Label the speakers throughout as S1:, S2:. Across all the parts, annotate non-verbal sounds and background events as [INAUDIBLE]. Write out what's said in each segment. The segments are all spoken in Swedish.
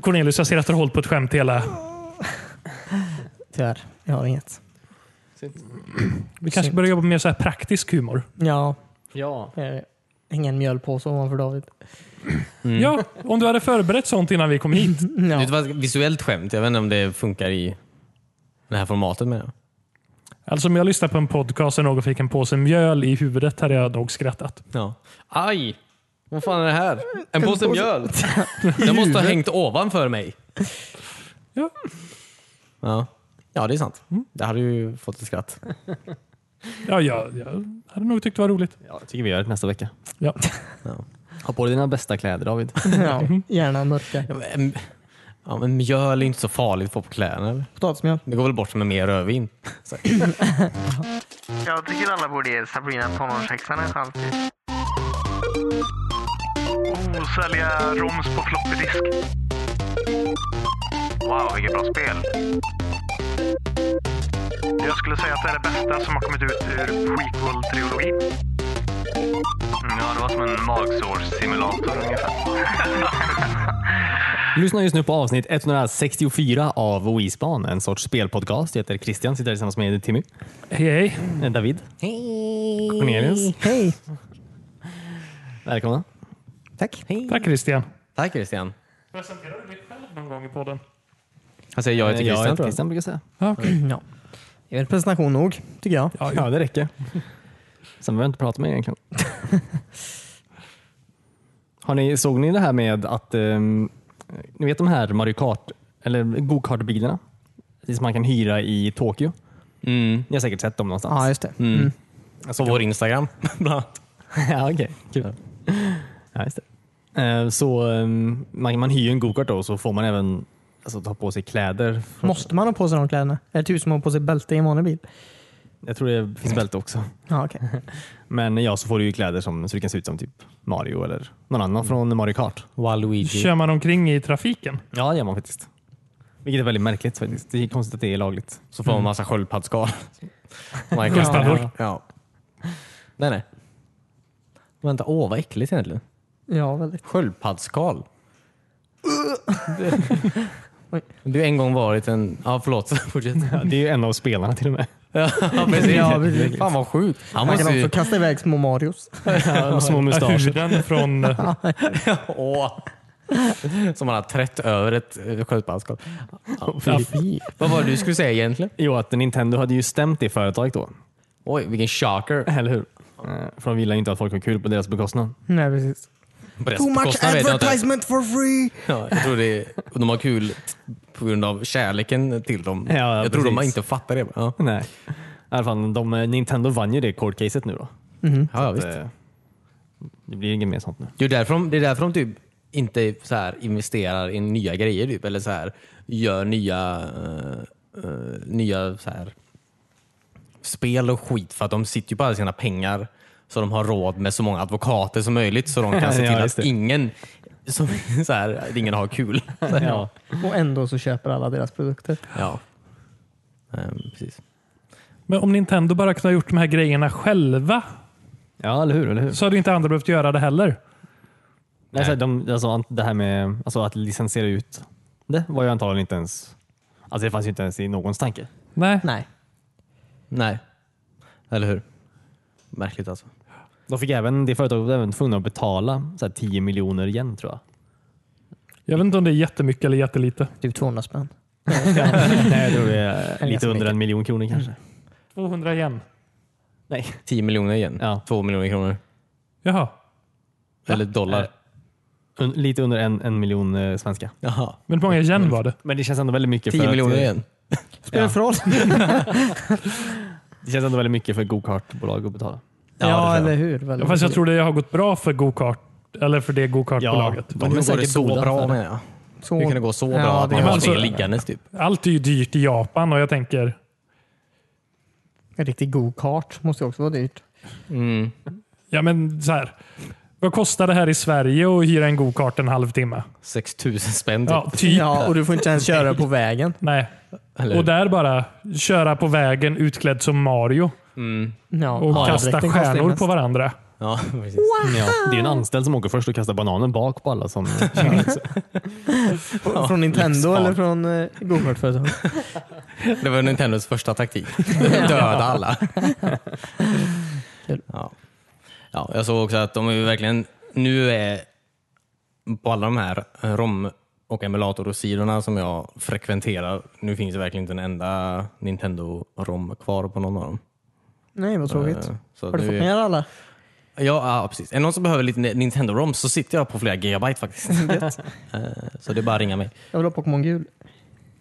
S1: Cornelius, jag ser att du har hållit på ett skämt hela...
S2: Tyvärr, jag har inget.
S1: Vi kanske
S2: Synd.
S1: börjar jobba med mer så här praktisk humor.
S2: Ja,
S3: Ja.
S2: eh, ingen mjölpåse ovanför David.
S3: Mm.
S1: Ja, om du hade förberett sånt innan vi kom hit.
S3: Det är
S2: Ja.
S3: ett vas- visuellt skämt. Jag vet inte om det funkar i det här formatet menar jag.
S1: Alltså om jag lyssnade på en podcast och någon fick en påse mjöl i huvudet hade jag nog skrattat.
S3: Ja. Aj! Vad fan är det här? En påse [LAUGHS] mjöl? Den måste ha hängt ovanför mig.
S1: Ja.
S3: Ja, ja det är sant.
S4: Mm.
S3: Det hade ju fått ett skratt.
S1: Ja, jag, jag hade nog tyckt det var roligt.
S4: Ja, jag tycker vi gör det nästa vecka.
S1: Ja.
S4: Ha på dig dina bästa kläder David.
S2: Ja, gärna mörka.
S3: [LAUGHS] Ja, men- Ja, men mjöl är inte så farligt att få på kläderna. eller?
S2: Potatismjöl.
S3: Det går väl bort som en mer rödvin. Så-
S5: Jag tycker alla borde ge Sabrina tonårshäxan en chans till. Oh, sälja roms på floppydisk. Wow, vilket bra spel. Jag skulle säga att det är det bästa som har kommit ut ur prequel-trilogin. Ja, det var som en magsårssimulator ungefär.
S4: Du lyssnar just nu på avsnitt 164 av Wispan, en sorts spelpodcast. Jag heter Christian, sitter här tillsammans med Timmy,
S1: Hej, hej.
S4: eh, David, Cornelius.
S2: Hej! [CLEARS THROAT]
S4: Välkomna.
S3: Tack. Hej.
S1: Tack Christian.
S3: Tack Christian.
S1: Presenterar du dig själv någon gång i podden?
S3: Jag säger jag heter
S4: Eh, jag
S3: Christian.
S4: heter
S3: tror jag.
S4: Christian brukar jag säga.
S1: Ja, okej.
S2: Ja. Det är väl presentation nog, tycker jag.
S4: Ja, det räcker. Sen behöver jag inte prata med er egentligen. Har ni, såg ni det här med att, ehm, ni vet de här Mario Kart, eller go-kart-bilarna? Det Som man kan hyra i Tokyo.
S3: Mm.
S4: Ni har säkert sett dem någonstans?
S2: Ja, just det. Mm.
S3: På Alltså, vår Instagram bland annat.
S4: [LAUGHS] ja, okej. Kul. Ja, just det. Eh, Så eh, man, man hyr ju en go-kart då, så får man även alltså, ta på sig kläder.
S2: Måste man ha på sig de kläderna? Är det typ som att ha på sig bälte i en vanlig bil?
S4: Jag tror det finns bälte också.
S2: Ja, okej.
S4: Men ja, så får du ju kläder som, så du kan se ut som typ Mario eller någon annan från Mario Kart.
S3: Waluigi.
S1: Kör man omkring i trafiken?
S4: Ja, det gör man faktiskt. Vilket är väldigt märkligt faktiskt. Det är konstigt att det är lagligt.
S3: Så får man massa [LAUGHS] sköldpaddsskal. Man kan-
S1: Sköldpaddor.
S3: Ja. Nej, nej. Vänta, åh vad äckligt egentligen.
S2: Ja, väldigt.
S3: Sköldpaddsskal.
S2: Oj.
S3: [LAUGHS] Du har en gång varit en... Ja, förlåt. [LAUGHS] Fortsätt.
S4: [LAUGHS] Ja, det är ju en av spelarna till och med.
S3: ja, precis.
S2: Ja, precis.
S3: Fan vad sjukt. Han
S2: Man
S3: måste
S2: kan
S3: ju...
S2: också kasta iväg små Marios.
S4: [LAUGHS] Ja, små mustascher.
S1: Huden från... eh,
S3: Åh. [LAUGHS] Som han har trätt över ett eh, sköldpaddsskal.
S1: Ja,
S3: Vad var det du skulle säga egentligen?
S4: Jo, att Nintendo hade ju stämt det företaget då.
S3: Oj, vilken shocker.
S4: Eller hur? Eh, För de vill ju inte att folk har kul på deras bekostnad.
S2: Nej, precis. Too much
S3: Kostnader vet jag inte.
S2: advertisement for free!
S3: Ja, jag tror det är, de har kul på grund av kärleken till dem.
S4: Ja,
S3: jag tror de
S4: precis.
S3: har inte fattat det. Ja,
S4: Nej. I alla fall, de, eh, Nintendo vann ju det court caset nu då.
S3: ja, ja, visst.
S4: Eh, Det blir inget mer sånt nu.
S3: Det är därför de, det är därför de typ inte så här investerar i nya grejer typ, eller så här, gör nya, eh, eh, nya så här, spel och skit för att de sitter ju på alla sina pengar så de har råd med så många advokater som möjligt
S4: [LAUGHS]
S3: så de kan se
S4: Ja,
S3: till
S4: just
S3: att
S4: det.
S3: ingen, som, [LAUGHS] så här, ingen har kul. Så här,
S4: Ja.
S2: Och ändå så köper alla deras produkter.
S3: ja. Ehm, precis.
S1: Men om Nintendo bara kunde ha gjort de här grejerna själva
S4: ja, eller hur? Eller hur?
S1: så hade inte andra behövt göra det heller.
S4: Nej. Alltså, de, alltså, an- det här med alltså, att licensiera ut det var ju antagligen inte ens... Alltså det fanns ju inte ens i någons tanke.
S1: Nej.
S2: Nej.
S3: Nej, eller hur? Märkligt alltså.
S4: De fick även, det företaget var även tvungna att betala så här, 10 miljoner igen tror jag.
S1: Jag vet inte om det är jättemycket eller jättelite.
S2: Typ 200 spänn.
S4: Nej, jag tror det är lite
S2: ganska
S4: under
S2: mycket.
S4: en miljon kronor kanske.
S1: 200 igen.
S4: Nej.
S3: 10 miljoner igen.
S4: Ja.
S3: 2 miljoner kronor.
S1: Jaha.
S3: Eller dollar.
S4: Un, lite under en, en miljon eh, svenska.
S3: Jaha.
S1: Men hur många igen var det?
S4: Men det känns ändå väldigt mycket
S3: 10
S4: för
S3: miljoner
S4: att, eh,
S3: igen.
S2: Spelar det för roll?
S4: Det känns ändå väldigt mycket för go-kartbolag att betala.
S3: Ja,
S2: Ja,
S3: det tror jag.
S2: eller hur? Väldigt.
S1: Fast jag tror det har gått bra för gokart. Eller för det gokartbolaget.
S4: Ja,
S3: Men
S4: är
S3: hur går det
S4: säkert goda
S3: så bra
S4: affärer.
S3: menar jag?
S2: Så-
S3: Hur kan det gå så bra
S2: Ja,
S3: att
S2: det
S3: man
S1: är
S3: har
S1: alltså-
S3: spel liggandes typ?
S1: Allt är ju dyrt i Japan och jag tänker,
S2: En riktig god kart måste ju också vara dyrt.
S1: ja men så här. Vad kostar det här i Sverige att hyra en gokart en halvtimme?
S3: 6000 spänn typ.
S1: Ja, typ.
S2: Ja, och du får inte ens köra på vägen.
S1: Nej.
S3: Eller,
S1: Och
S3: och
S1: där bara köra på vägen utklädd som Mario
S2: Ja,
S1: och kasta
S2: Mario-dräkten kostar ju
S1: stjärnor
S2: mest.
S1: på varandra.
S3: Ja, precis.
S4: Ja, det är en anställd som åker först och kastar bananen bak på alla som
S2: från Nintendo
S3: livsfarligt.
S2: eller från eh, gokart-företag?
S3: Det var Nintendos
S2: [LAUGHS]
S3: första taktik. Döda alla.
S2: Kul.
S3: ja. Ja, jag såg också att de är ju verkligen, nu är på alla de här ROM och emulatorsidorna som jag frekventerar, nu finns det verkligen inte en enda Nintendo-ROM kvar på någon av dem.
S2: Nej, vad tråkigt.
S3: Eh, Så
S2: Har du
S3: nu
S2: fått
S3: är-
S2: ner alla?
S3: Ja, ja, precis. Är det någon som behöver lite Nintendo-ROM så sitter jag på flera
S2: [LAUGHS]
S3: gigabyte faktiskt. Eh, så det är bara att ringa mig.
S2: Jag vill ha Pokémon gul.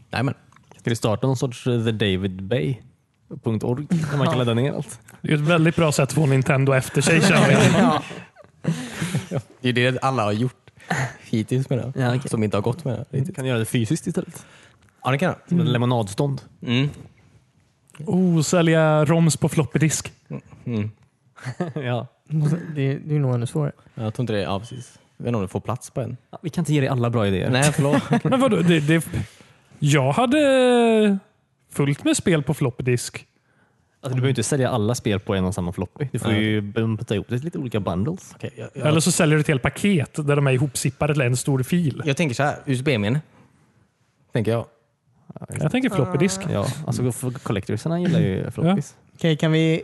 S3: Nej, men.
S4: Ska det starta någon sorts eh, thedavidbay.org där man kan ladda ner allt?
S1: Det är ju ett väldigt bra sätt att få Nintendo efter sig. känner jag.
S3: Det är det alla har gjort hittills med det.
S4: Ja, okej.
S3: Som inte har gått med det.
S4: Du Mm. kan göra det fysiskt istället.
S3: Ja, det kan jag.
S4: Som ett lemonadstånd.
S3: Mm.
S1: Oh, sälja roms på floppydisk.
S3: Mm.
S4: [LAUGHS] ja.
S2: Det är det är nog ännu svårare.
S3: Jag tror inte det. Ja, precis. Jag vet inte om du får plats på en.
S4: Vi kan inte ge dig alla bra idéer.
S3: [LAUGHS] Nej, förlåt.
S1: Men vadå? Det, det, jag hade fullt med spel på floppydisk.
S4: Alltså, du behöver inte sälja alla spel på en och samma floppy. Du får
S3: Nej.
S4: ju bumpta ihop det till lite olika bundles.
S3: [LAUGHS] Okej, jag,
S1: Eller
S3: jag,
S1: så säljer du ett helt paket där de är ihopsippade till en stor fil.
S3: jag tänker så här. USB-minne. Tänker jag.
S1: Jag tänker floppydisk.
S4: Ja, alltså för collectorsarna gillar ju floppies.
S2: Okej, kan vi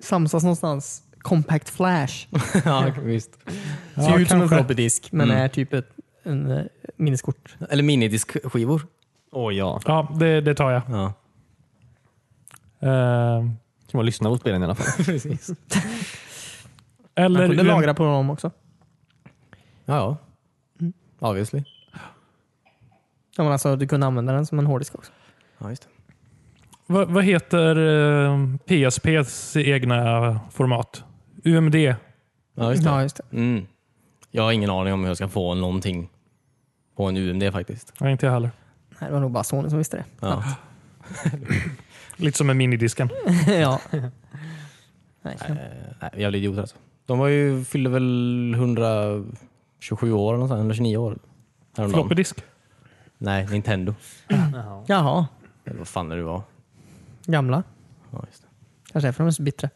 S2: samsas någonstans? Compact Flash.
S3: [LAUGHS] ja, visst.
S2: Ser ut som en
S1: kanske.
S2: floppydisk, men
S3: Mm.
S2: är typ ett en, eh, minneskort.
S3: Eller minidiskskivor.
S4: Åh ja.
S1: Ja, det, det tar jag.
S3: Ja,
S1: Eh,
S4: Kan man lyssna på spelen i alla fall.
S3: [LAUGHS] precis.
S1: eller eh,
S2: Man kunde
S1: ur en-
S2: lagra på dem också.
S3: Ja, ja. Mm. Obviously.
S2: Ja, men alltså, du kunde använda den som en hårddisk också.
S3: Ja, just det.
S1: Vad, vad heter eh, PSPs egna format? UMD?
S3: Ja, just det.
S2: Ja, just det.
S3: Mm. Jag har ingen aning om hur jag ska få någonting på en UMD faktiskt.
S1: Nej, inte jag heller.
S2: Nej, det var nog bara Sony som visste det. [LAUGHS]
S3: Ja.
S1: Lite som en minidisken.
S2: Mm. ja. Nej,
S3: Eh, nej, jävla idioter alltså. De var ju, fyllde väl 127 år eller något sånt, 129 år. häromdagen.
S1: Floppydisk.
S3: Nej, Nintendo.
S2: Jaha,
S3: Eller vad fan det nu var.
S2: gamla.
S3: Ja, just det.
S2: Kanske därför de är så bittra.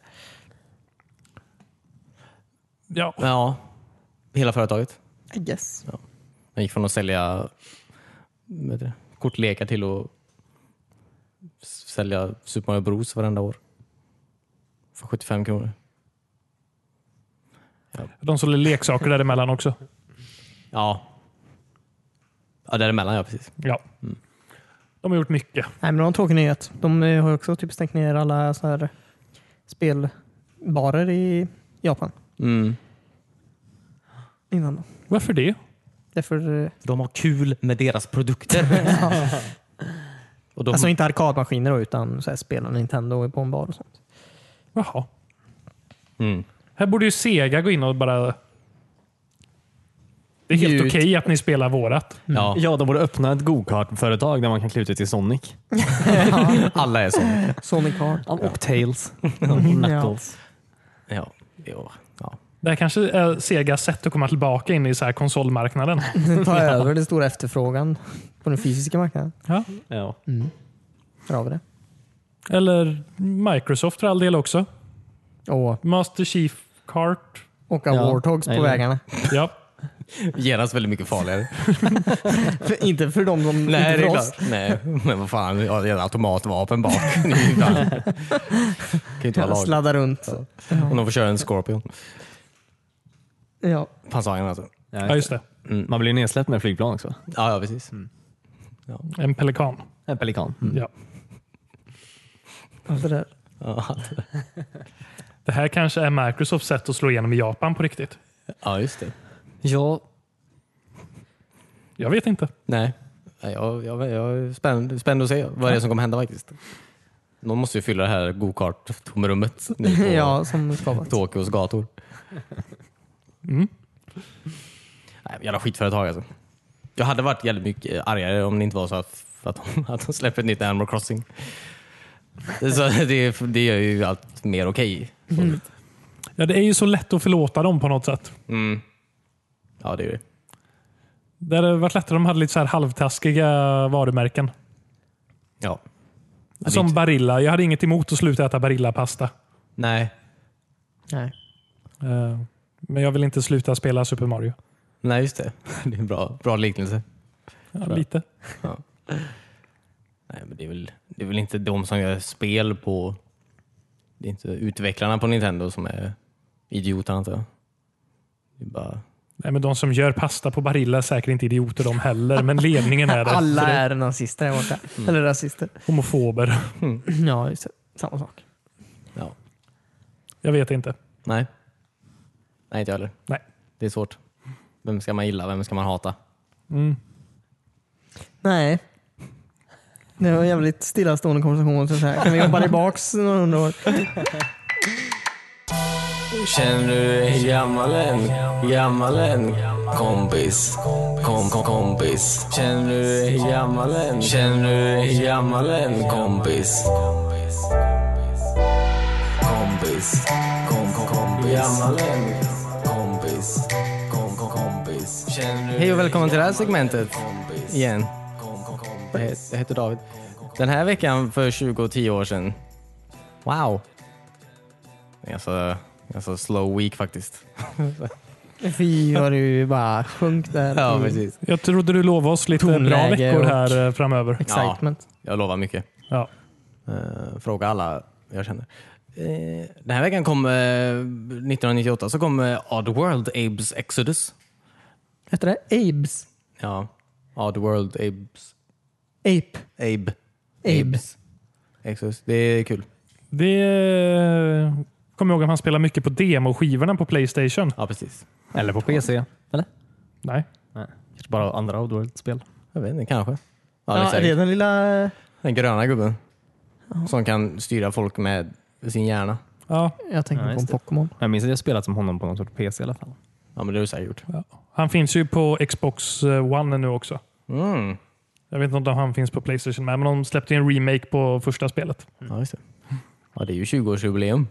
S1: Ja.
S3: ja, hela företaget.
S2: I guess.
S3: De gick från att sälja vad heter det, kortlekar till att s- sälja Super Mario Bros varenda år. För 75 kronor.
S1: De sålde leksaker däremellan också.
S3: Ja. Ja, däremellan ja, precis.
S1: Ja.
S2: Mm.
S1: De har gjort mycket.
S2: Nej, men det var en tråkig nyhet. De eh, har ju också typ stängt ner alla så här spelbarer i Japan
S3: Mm.
S2: innan. Då.
S1: Varför det?
S2: Därför, eh,
S3: De har kul med deras produkter. Och de,
S2: alltså inte arkadmaskiner då, utan så här spel och Nintendo på en bar och sånt.
S1: Jaha.
S3: mm.
S1: Här borde ju Sega gå in och bara... Det är helt
S2: Njut.
S1: okej att ni spelar vårat.
S3: ja.
S4: [LAUGHS] Ja, de borde öppna ett go-kart-företag där man kan klä ut sig till [LAUGHS] Sonic.
S2: [LAUGHS]
S3: Alla är så.
S2: Sonic Heart.
S4: Och Tails. Knuckles.
S3: Ja. Jo. ja.
S1: Det här kanske är Segas sätt att komma tillbaka in i så här konsolmarknaden.
S2: Ta över den stora efterfrågan på den fysiska marknaden.
S1: Ja.
S4: Ja.
S2: Där har vi det.
S1: Eller Microsoft för all del också.
S2: Och
S1: Master Chief Kart.
S2: åka
S4: Ja.
S2: Warthogs på
S4: Nej, det-
S2: vägarna.
S1: Ja.
S3: Genast väldigt mycket farligare.
S2: [LAUGHS] För, inte för dem som...
S3: Nej,
S2: inte
S3: det
S2: för
S3: är
S2: oss.
S3: klart. Nej, men vad fan, jag har ett automatvapen bak.
S2: [LAUGHS]
S3: Det är ju fan- det kan ju inte vara lagligt.
S2: Sladda runt.
S3: Om de får köra en Scorpion.
S2: Ja.
S3: Pansarvagn alltså.
S1: ja, just det.
S4: Man blir ju nedsläppt med flygplan också.
S3: Ja, ja precis.
S2: Mm.
S1: En pelikan.
S4: En pelikan.
S1: Ja.
S2: allt alltså Det där.
S3: Ja, [LAUGHS]
S1: Det här kanske är Microsofts sätt att slå igenom i Japan på riktigt.
S3: ja just det.
S4: Ja,
S1: Jag vet inte.
S3: Nej, Nej, jag, jag, jag är spänd, spänd att se vad det är som kommer hända faktiskt. Någon måste ju fylla det här go-kart-tomrummet nu på
S2: [LAUGHS] Ja, som skapats.
S3: Tokyos gator. Nej, jävla skitföretag alltså. Jag hade varit jävligt mycket argare om det inte var så att, att, de, [LAUGHS] att de släpper ett nytt Animal Crossing. Så [LAUGHS] det, det gör ju allt mer okej.
S1: Ja, det är ju så lätt att förlåta dem på något sätt.
S3: Mm. Ja, det är det.
S1: Det hade varit lättare om de hade lite så här halvtaskiga varumärken.
S3: Ja.
S1: Som Barilla. Jag hade inget emot att sluta äta Barilla-pasta.
S3: Nej.
S2: Nej.
S1: Eh, Men jag vill inte sluta spela Super Mario.
S3: Nej, just det. [LAUGHS] Det är en bra, bra liknelse.
S1: Ja,
S3: Bra.
S1: lite.
S3: Nej, men det, är väl, det är väl inte de som gör spel på... Det är inte utvecklarna på Nintendo som är idioter antar jag. Det är bara...
S1: Nej, men de som gör pasta på Barilla är säkert inte idioter de heller, men ledningen
S2: [LAUGHS]
S1: är det. Så
S2: Alla
S1: det
S2: är nazister där borta. Eller rasister.
S1: Homofober.
S2: Ja, just det. Samma sak.
S3: Ja.
S1: Jag vet inte.
S3: Nej. Nej, inte jag heller.
S1: Nej.
S3: Det är svårt. Vem ska man gilla? Vem ska man hata?
S2: Nej. Det var en jävligt stillastående konversation. Så här. Kan vi jobba tillbaks några hundra år?
S3: Känner du dig gammal än? Gammal än? Kompis. Kom, kom, kompis. Känner du dig gammal än? Känner du dig gammal än? Kompis. Kompis. Kom, kom, kompis. Gammal än? Kompis. Kom, kom, kompis. Hej och välkommen till det här segmentet igen. Jag he- Jag heter David. Den här veckan för 20 och 10 år sedan. Wow. Jag är så, jag är så slow week faktiskt.
S2: Fy vad du bara sjönk där.
S3: Mm.
S2: i
S1: Jag trodde du lovade oss lite bra
S2: Tonläge
S1: veckor
S2: och-
S1: här eh, framöver.
S2: Excitement.
S3: Jag lovar mycket.
S1: Ja.
S3: Eh, fråga alla jag känner. Eh, den här veckan kom, eh, 1998, så kom eh, Oddworld Abe's Exodus.
S2: Hette det Abes?
S3: Ja, Oddworld Abe's
S2: Ape?
S3: Abe.
S2: Abe.
S3: Exodus. Det är kul.
S1: Det eh, kommer jag ihåg att han spelade mycket på demoskivorna på Playstation.
S3: Ja, precis.
S4: Eller på PC. Eller?
S1: Nej.
S4: Nej. Kanske bara andra Oddworld-spel.
S3: Jag vet inte, kanske. Ja, det är
S2: Ja, är
S3: säkert.
S2: det den lilla...
S3: Den gröna gubben. Som kan styra folk med sin hjärna.
S1: Ja,
S2: Jag tänker
S4: Ja,
S2: på en
S4: just
S2: Pokémon.
S4: Jag minns att jag spelat som honom på någon sorts PC i alla fall.
S3: Ja, men det har du säkert gjort.
S1: han finns ju på Xbox eh, One nu också.
S3: Mm.
S1: Jag vet inte om han finns på Playstation med, men de släppte ju en remake på första spelet.
S3: Ja, just det. Ja, det är ju 20-årsjubileum.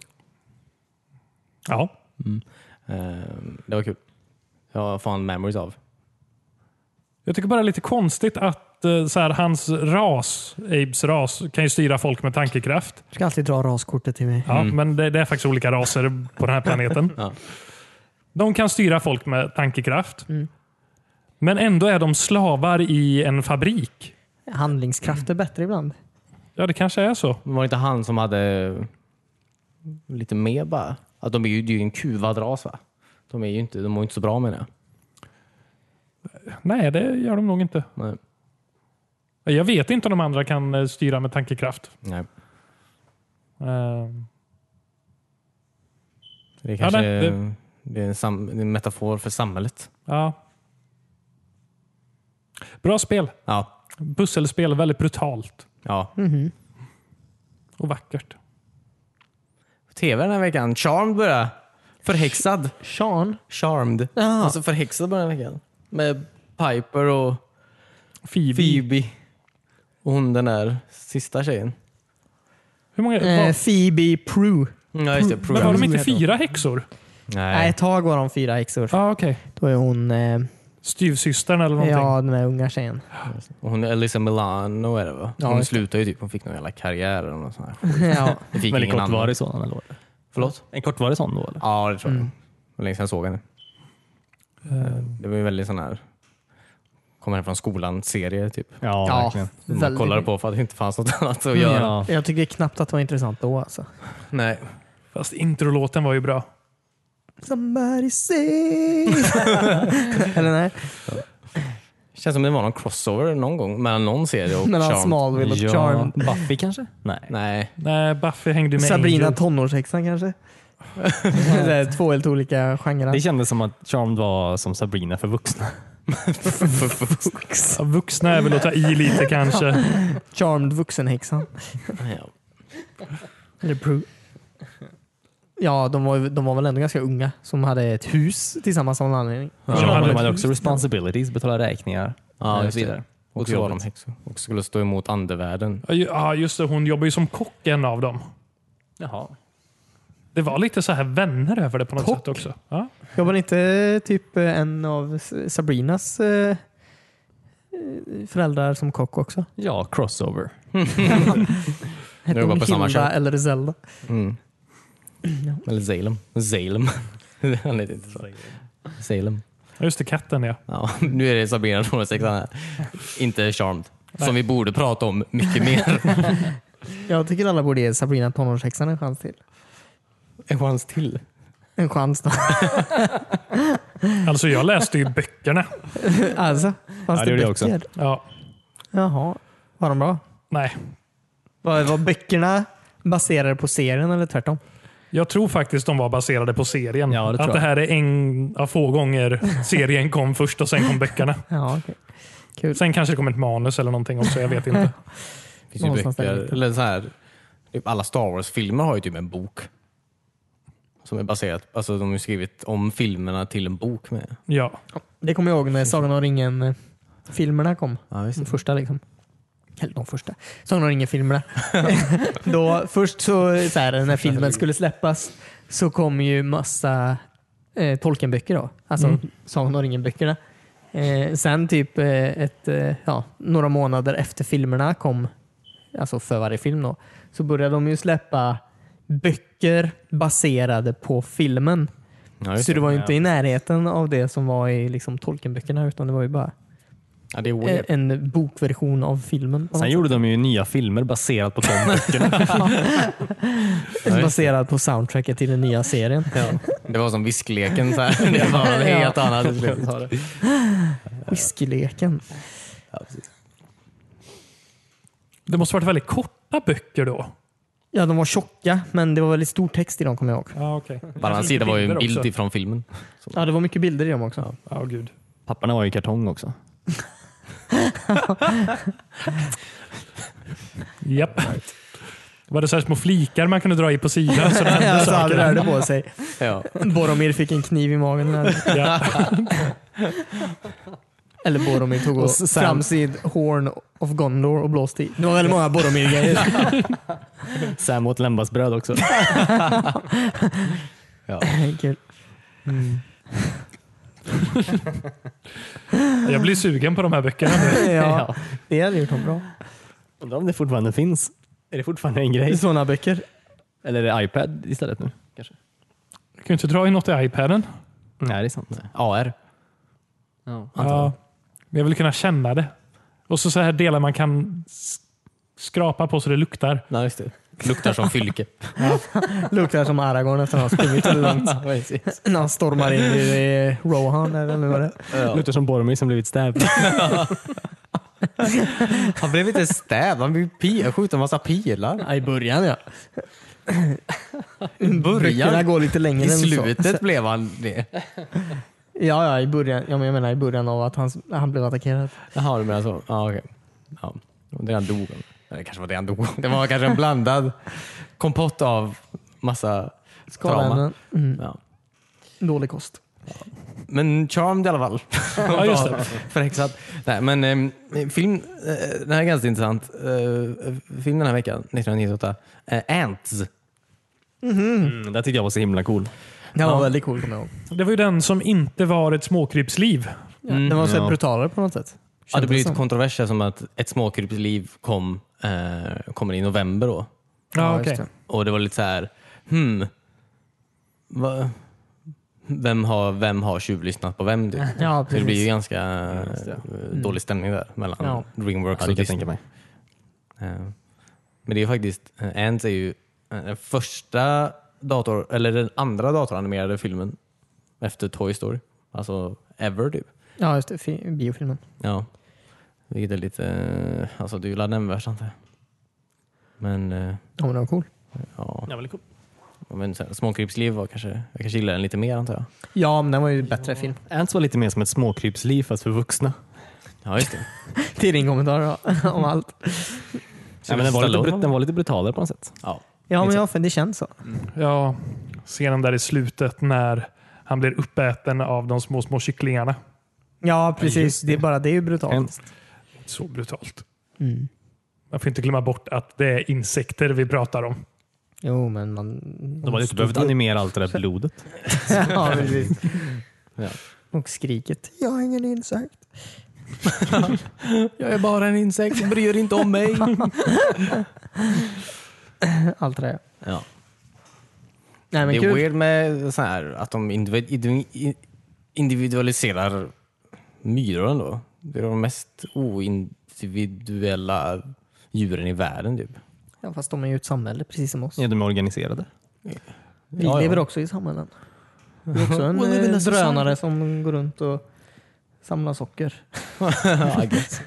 S1: Ja,
S3: Ehm, det var kul. Jag har fan memories av.
S1: Jag tycker bara det är lite konstigt att eh, så här, hans ras, Abes ras, kan ju styra folk med tankekraft.
S2: Du ska alltid dra raskortet till mig.
S1: Ja, Men det, det är faktiskt olika raser på den här planeten.
S3: Ja.
S1: De kan styra folk med tankekraft. Men ändå är de slavar i en fabrik.
S2: Handlingskraft är bättre ibland.
S1: Ja, det kanske är så.
S3: Men Var det inte han som hade lite mer bara? Att de är ju, det är ju en kuvad ras va? De är ju inte, de mår ju inte så bra menar jag.
S1: Nej, det gör de nog inte.
S3: Nej.
S1: Jag vet inte om de andra kan eh, styra med tankekraft.
S3: Nej.
S1: Eh,
S3: Det är kanske
S1: nej, det-
S3: det är en, sam, det är en metafor för samhället.
S1: ja. Bra spel.
S3: Ja.
S1: Pusselspel. Väldigt brutalt
S3: ja.
S1: och vackert.
S3: Tv den här veckan. Charmed börjar. Förhäxad.
S2: Sean?
S3: Charmed.
S2: Ja.
S3: Alltså förhäxad börjar den här veckan. Med Piper och
S1: Phoebe.
S3: Phoebe. Och hon den där sista tjejen.
S1: Hur många?
S2: Eh,
S1: vad-
S2: Phoebe Prue.
S3: Ja, just det.
S1: Men var de
S3: Program.
S1: inte fyra häxor?
S2: Nej,
S3: Nej.
S2: ett tag var de fyra häxor.
S1: Ja, ah, okej.
S2: Då är hon... Eh,
S1: Styvsystern eller någonting?
S2: ja, den där unga tjejen.
S3: Och hon Elisa Milano är det va?
S2: Ja,
S3: hon
S2: just
S3: slutade ju typ. Hon fick någon jävla karriär eller något sånt här.
S2: ja.
S3: Det fick
S4: Väldigt
S3: ingen annan.
S4: kortvarig sådan eller?
S3: Förlåt?
S4: En kortvarig sån då eller?
S3: Ja, det tror jag. Hur länge sedan jag såg henne?
S1: Eh,
S3: Det var ju väldigt sån här kommer hem från skolan-serie typ.
S4: Ja, verkligen.
S3: Man
S2: väldigt- Mm.
S3: kollade på för att det inte fanns något [LAUGHS] annat att göra.
S4: Mm, Ja.
S2: Jag tycker knappt att det var intressant då alltså.
S3: Nej.
S1: Fast introlåten var ju bra.
S2: Somebody
S4: [LAUGHS]
S2: say... Eller nej,
S3: Känns som det var någon crossover någon gång mellan någon serie och
S2: mellan
S3: Charmed.
S2: Smallville och Charmed.
S4: Buffy kanske? Nej.
S3: Nej.
S1: Nej, Buffy hängde ju med
S2: Sabrina
S1: Angel.
S2: tonårshäxan
S4: [LAUGHS]
S2: kanske? det är två helt olika genrer.
S4: Det kändes som att Charmed var som Sabrina för vuxna.
S1: Ja, Vuxna är väl att ta i lite
S2: [LAUGHS]
S1: kanske.
S2: Charmed vuxenhäxan.
S3: [LAUGHS] Ja.
S2: Eller Prue. Ja, de var, ju- de var väl ändå ganska unga som hade ett hus tillsammans av någon anledning.
S4: Ja,
S1: Ja,
S4: de
S1: det-
S4: hade också responsibilities, betala räkningar
S3: Ja,
S4: och
S3: just
S4: så vidare.
S3: det. Och så var de
S4: jobbigt.
S3: häxor. Och skulle stå emot andevärlden.
S1: Ja, ju- Ja, just det. Hon jobbar ju som kock, en av dem.
S4: Jaha.
S1: Det var lite så här vänner över det på något
S2: Kock?
S1: sätt också. Ja.
S2: Jobbade inte typ eh, en av S- Sabrinas eh, eh, föräldrar som kock också?
S4: Ja, crossover.
S2: Hette
S3: jobbar
S2: hon
S3: på samma
S2: Hilda
S3: kök.
S2: eller Zelda?
S3: Eller Zalem. Zalem. [LAUGHS] Han heter inte så. Salem.
S1: Ja, Just det, katten ja.
S3: Ja, [LAUGHS] nu är det Sabrina 206 här. Inte Charmed. Som vi borde prata om mycket mer.
S2: Jag tycker alla borde ge Sabrina tonårshäxan en chans till.
S3: [LAUGHS] En chans till.
S2: En chans då.
S1: Alltså jag
S2: [LAUGHS]
S1: läste ju böckerna.
S2: alltså, fanns
S4: Ja, det
S2: det
S4: gjorde jag
S2: böcker?
S4: också.
S1: Ja,
S2: Jaha, var de bra?
S1: nej.
S2: Var, var böckerna baserade på serien eller tvärtom?
S1: Jag tror faktiskt de var baserade på serien.
S4: Ja, det tror
S1: att
S4: jag.
S1: det här är en av få gånger serien kom först och sen kom böckerna.
S2: Ja, okej. Kul.
S1: Sen kanske det kom ett manus eller någonting också, jag vet inte.
S3: Det finns ju
S2: Någonstans
S3: böcker.
S2: där ute.
S3: Eller så här, typ alla Star Wars-filmer har ju typ en bok. Som är baserat, alltså de har ju skrivit om filmerna till en bok med.
S1: Ja.
S2: Det kommer jag ihåg när Sagan om ringen-filmerna kom.
S3: Ja, visst.
S2: De första liksom. Eller de första. Sagan om ringen-filmerna. Då, först så, så här, när filmen skulle släppas så kom ju massa eh, Tolkienböcker då. Alltså Sagan om ringen-böckerna. Eh, sen typ eh, ett, eh, ja, några månader efter filmerna kom, alltså för varje film då, så började de ju släppa böcker baserade på filmen.
S3: Ja, just
S2: Så det var ju
S4: Ja.
S2: inte i närheten av det som var i liksom, Tolkienböckerna utan det var ju bara
S3: Ja, det är
S2: e-
S3: weird.
S2: en bokversion av filmen. på
S4: Sen
S2: något
S4: gjorde de ju nya filmer baserat på de [LAUGHS] böckerna.
S2: sätt. Baserad på soundtracket till den nya serien.
S3: Det var som viskleken. Så här. [LAUGHS] Det var något helt
S2: Ja.
S3: annat. i slutet.
S2: Whiskyleken.
S1: Det måste varit väldigt korta böcker då.
S2: Ja, de var tjocka men det var väldigt stor text i dem kommer jag ihåg.
S1: Ja, okay.
S3: Varannan sida var ju en bild ifrån filmen.
S2: Ja, det var mycket bilder i dem också.
S1: Ja, gud.
S4: Papparna var ju i kartong också.
S1: Japp. Var det så här små flikar man kunde dra i på sidan?
S2: [LAUGHS]
S1: Så det
S2: Ja,
S1: hände
S2: alltså, han
S1: saker?
S2: rörde på sig.
S3: Ja.
S2: Boromir fick en kniv i magen. Eller,
S1: Ja.
S2: eller Boromir tog och
S4: Och Sam-
S2: fram sitt Horn of Gondor och blåste i. Det var väldigt många [LAUGHS] Boromir-grejer.
S4: Sam åt lämbasbröd [LAUGHS] också.
S3: Ja.
S2: Kul.
S1: Jag blir sugen på de här böckerna nu.
S2: Ja, det hade gjort dem bra.
S4: Undrar om det fortfarande finns. Är det fortfarande en
S2: Det är
S4: grej?
S2: Sådana böcker.
S4: Eller är det iPad istället nu? Kanske?
S1: Du kan ju inte dra i något i iPaden.
S4: Nej, det är sant.
S3: AR.
S1: Ja. Jag vill kunna känna det. Och så, så här delar man kan s- skrapa på så det luktar.
S3: Nej, just det. Luktar som fylke.
S2: Luktar som Aragorn efter att han har sprungit väldigt
S3: [LAUGHS]
S2: långt. När han stormar in i Rohan eller nu var det.
S4: Luktar som Boromir som blivit stävd.
S3: Han blev inte stäv, han blev pi- skjuta en massa pilar.
S2: Ja, I början ja. Böckerna
S3: Början.
S2: går lite längre
S3: I
S2: än så.
S3: slutet blev han det.
S2: Ja, ja, i början. Ja, men jag menar i början av att han, han blev attackerad.
S3: Jaha, du menar så. Ja, okej. Ja. Och Det han dog av. Eller det kanske var det han dog av. Det var kanske en blandad kompott av massa trauma.
S2: Skadade mm,
S3: Ja.
S2: Dålig kost.
S3: Men charmed i alla fall.
S1: Ja, just det.
S3: Förhäxad. Nej, men eh, film, eh, det här är ganska intressant. Eh, film den här veckan, 1998. Eh, Ants.
S4: Mm, det tyckte jag var så himla cool.
S2: Den var
S3: Ja.
S2: väldigt cool kommer jag ihåg.
S1: Det var ju den som inte var ett småkrypsliv.
S3: Mm.
S2: Den var så
S4: Ja.
S2: brutalare på något sätt.
S3: Ja, det
S2: Kändes
S3: blev lite
S2: som.
S3: kontrovers som att Ett småkryps liv kom, eh, kommer i november då.
S1: Ja,
S2: just
S1: okej.
S2: det.
S3: Och det var lite så här, hmm. Va? Vem har, vem har tjuvlyssnat på vem? Typ.
S2: Ja,
S3: Så det blir ju
S2: precis.
S3: ganska
S4: just det.
S3: eh, dålig stämning där mellan
S2: Ja.
S3: Dreamworks
S4: Ja, det
S3: och
S4: kan jag
S3: Disney.
S4: tänka mig.
S3: Eh, Men det är ju faktiskt, eh, Ants är ju eh, den första dator, eller den andra datoranimerade filmen efter Toy Story. Alltså ever typ.
S2: Ja, just det. Fi- Biofilmen.
S3: Ja. Vilket är lite, eh, alltså du gillar den värst antar jag? Men eh,
S2: Ja, men den var cool.
S3: ja,
S4: Ja, väldigt cool.
S3: men så här, Småkrypsliv var kanske, jag kanske gillar den lite mer antar jag.
S2: Ja, men den var ju bättre film.
S4: Ants var lite mer som ett småkrypsliv fast för vuxna.
S3: Ja just [LAUGHS] det.
S2: Det är din kommentar då, [LAUGHS] om allt.
S4: Nej, men den, var lite,
S3: Stallone.
S4: brut- den var lite brutalare på något sätt.
S3: Ja.
S2: Ja, men
S3: Lite så.
S2: ja, för det känns så.
S1: Ja, scenen där i slutet när han blir uppäten av de små, små kycklingarna.
S2: Ja, precis. det. är bara det är ju brutalt. Mm.
S4: Hemskt.
S1: Så brutalt. Man får inte glömma bort att det är insekter vi pratar om.
S2: Jo, men man...
S4: De hade inte behövt animera allt det där blodet.
S2: [LAUGHS] ja, precis.
S3: Ja.
S2: Och skriket. Jag är ingen insekt.
S3: Jag är bara en insekt, bryr inte om mig.
S2: Allt det där.
S3: ja.
S2: Nej, men
S3: det är
S2: kul.
S3: weird med så här, att de individ- indivi- individualiserar myror ändå. Det är de mest oindividuella djuren i världen typ.
S2: Ja, fast de är ju ett samhälle precis som oss.
S4: Ja, de är organiserade.
S2: Vi
S3: Ja, ja. [LAUGHS]
S2: lever också i samhällen. Vi är också en
S3: Well, we live in
S2: eh,
S3: a society.
S2: drönare som går runt och samlar socker. [LAUGHS]
S3: I guess.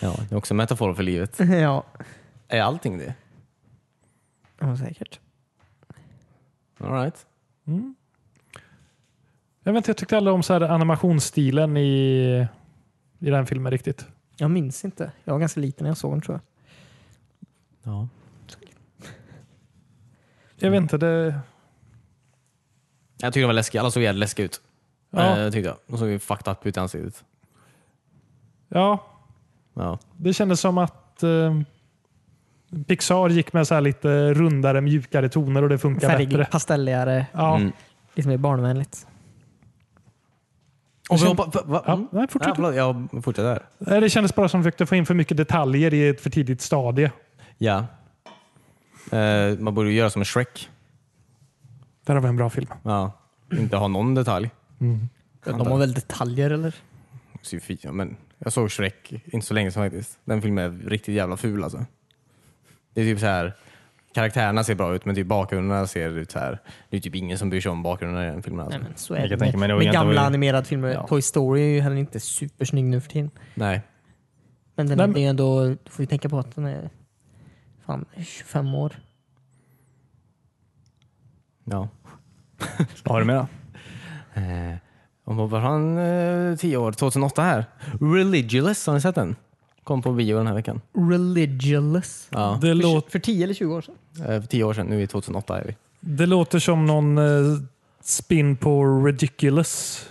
S3: ja, det är också en metafor för livet.
S2: ja,
S3: Är allting det?
S2: ja, säkert.
S3: All right.
S1: Jag, vet inte, jag tyckte aldrig om så här animationsstilen i, i den filmen riktigt.
S2: Jag minns inte. Jag var ganska liten när jag såg den tror jag.
S3: Ja.
S1: Jag
S3: Mm.
S1: vet inte, det...
S3: Jag tycker de var läskiga. Alla såg jävligt läskiga ut.
S1: Ja.
S3: Eh, tyckte jag. De såg ju fucked up ut i ansiktet.
S1: Ja,
S3: Ja.
S1: Det kändes som att eh, Pixar gick med så här lite rundare, mjukare toner och det funkar
S2: Färg,
S1: bättre.
S2: pastelligare,
S1: Ja.
S3: Mm.
S2: lite mer barnvänligt.
S3: Och vi hoppar... Va, va,
S1: Ja, nej, mm. fortsätt.
S3: Mm. Ja, förlåt, jag fortsätter.
S1: Eh, Det kändes bara som att de försökte få in för mycket detaljer i ett för tidigt stadie.
S3: Ja. Eh, man borde ju göra som en Shrek.
S1: Där har vi en bra film.
S3: Ja. Inte ha någon detalj.
S2: De har väl detaljer eller?
S3: Så ju fint, ja, Men jag såg Shrek inte så länge sedan faktiskt. Den filmen är riktigt jävla ful alltså. Det är typ så här. Karaktärerna ser bra ut men typ bakgrunderna ser ut så här. Det är typ ingen som bryr sig om bakgrunden i den filmen. Alltså.
S2: Nej, men så är
S4: Jag
S2: det
S4: kan tänka mig
S2: med,
S4: det var
S2: med
S4: egentligen
S2: gamla
S4: vad vi-
S2: animerade filmer. Toy Story är ju heller inte supersnygg nu för tiden.
S3: Nej.
S2: Men den
S1: Nej,
S2: är
S1: men-
S2: det är ändå, du får ju tänka på att den är fan 25 år.
S3: Ja.
S4: Vad har du med då?
S3: Eh, om man bara har en eh, 10 år, 2008 här. Religious, har ni sett den? Kom på bio den här veckan.
S2: Religious.
S3: Ja,
S1: Det,
S2: För,
S1: låt,
S2: för 10 eller 20 år sedan.
S3: eh, för 10 år sedan. Nu är det 2008. Är vi.
S1: det låter som någon eh, spin på Ridiculous.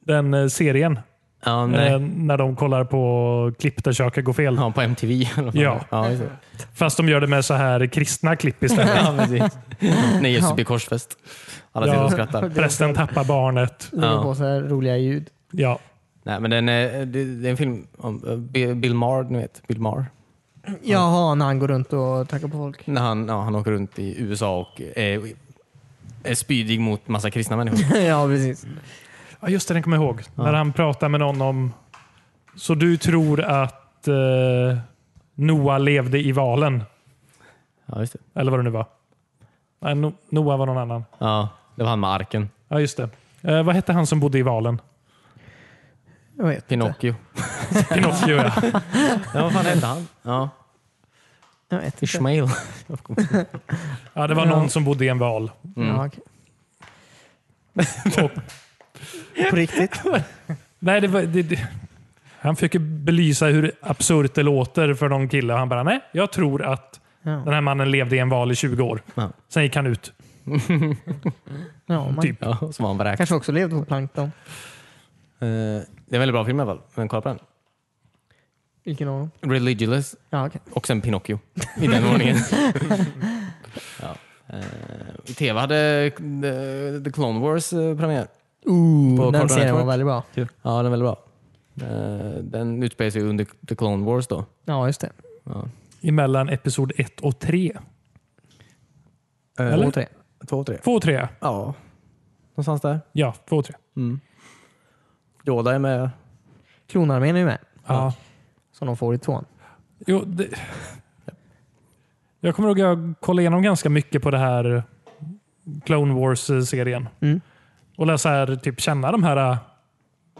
S1: Den eh, serien.
S3: Ja,
S1: Eh,
S3: nej.
S1: när de kollar på klipp där saker går fel.
S3: Ja, på MTV eller vad fan.
S1: Ja.
S3: ja just det.
S1: Fast de gör det med så här kristna klipp istället.
S3: [LAUGHS] Ja, precis. [LAUGHS] När Jesus blir korsfäst. Alla sitter och skrattar.
S1: Prästen tappar barnet.
S2: Lägger
S3: Ja.
S2: på så här roliga ljud.
S1: Ja.
S3: Nej, men den, är- eh, det, det är en film om eh, Bi- Bill Maher, ni vet. Bill Maher.
S2: Jaha, när han går runt och tackar på folk.
S3: När han, ja, han åker runt i USA och eh, är spydig mot massa kristna människor.
S2: [LAUGHS] ja, precis.
S1: Ja, just det, den kommer jag ihåg. När han pratar med någon om... Så du tror att eh, Noah levde i valen?
S3: Ja, just det.
S1: Eller vad det nu var. Nej, no Noah var någon annan.
S3: Ja, det var han med arken.
S1: Ja, just det. Eh, vad hette han som bodde i valen?
S2: Jag vet inte.
S3: Pinocchio.
S1: Pinocchio, ja.
S3: Ja, vad fan hette han? Ja,
S2: Jag vet inte.
S3: Ishmael.
S1: ja. Det var någon som bodde i en val.
S3: Mm.
S2: Ja, okej.
S1: Och,
S2: [LAUGHS] På riktigt?
S1: nej, det var, det, det, han fick ju belysa hur absurt det låter för någon kille. Han bara, nej, jag tror att den
S2: Ja.
S1: här mannen levde i en val i 20 år.
S3: Ja.
S1: Sen gick han ut.
S2: Ja, man
S1: Typ.
S3: Ja, som var han vräkt.
S2: kanske också levde på plankton.
S3: Eh, det är en väldigt bra film i alla fall. Men kolla på den.
S2: Vilken av dem?
S3: Religious
S2: Ja, okej.
S3: och sen Pinocchio. I den [LAUGHS] ordningen. ja. eh, I tv hade The, The Clone Wars eh, premiär.
S2: Ooh,
S3: På Cartoon
S2: den serien
S3: Network.
S2: var väldigt bra.
S3: Ja, den är väldigt bra. Eh, den utspelar sig under The Clone Wars då.
S2: Ja, just det.
S1: Emellan episod 1 och 3.
S2: Två
S1: Eller?
S2: och tre.
S3: Två och tre.
S1: 2 och 3.
S3: Ja. Någonstans där.
S1: Ja, 2 och 3.
S3: Yoda är med.
S2: Klonarmén är ju med,
S1: Ja.
S2: som de får i tvåan.
S1: Jo, det... Jag kommer ihåg att jag kollade igenom ganska mycket på det här Clone Wars-serien.
S2: Mm.
S1: Och lär så här, typ känna de här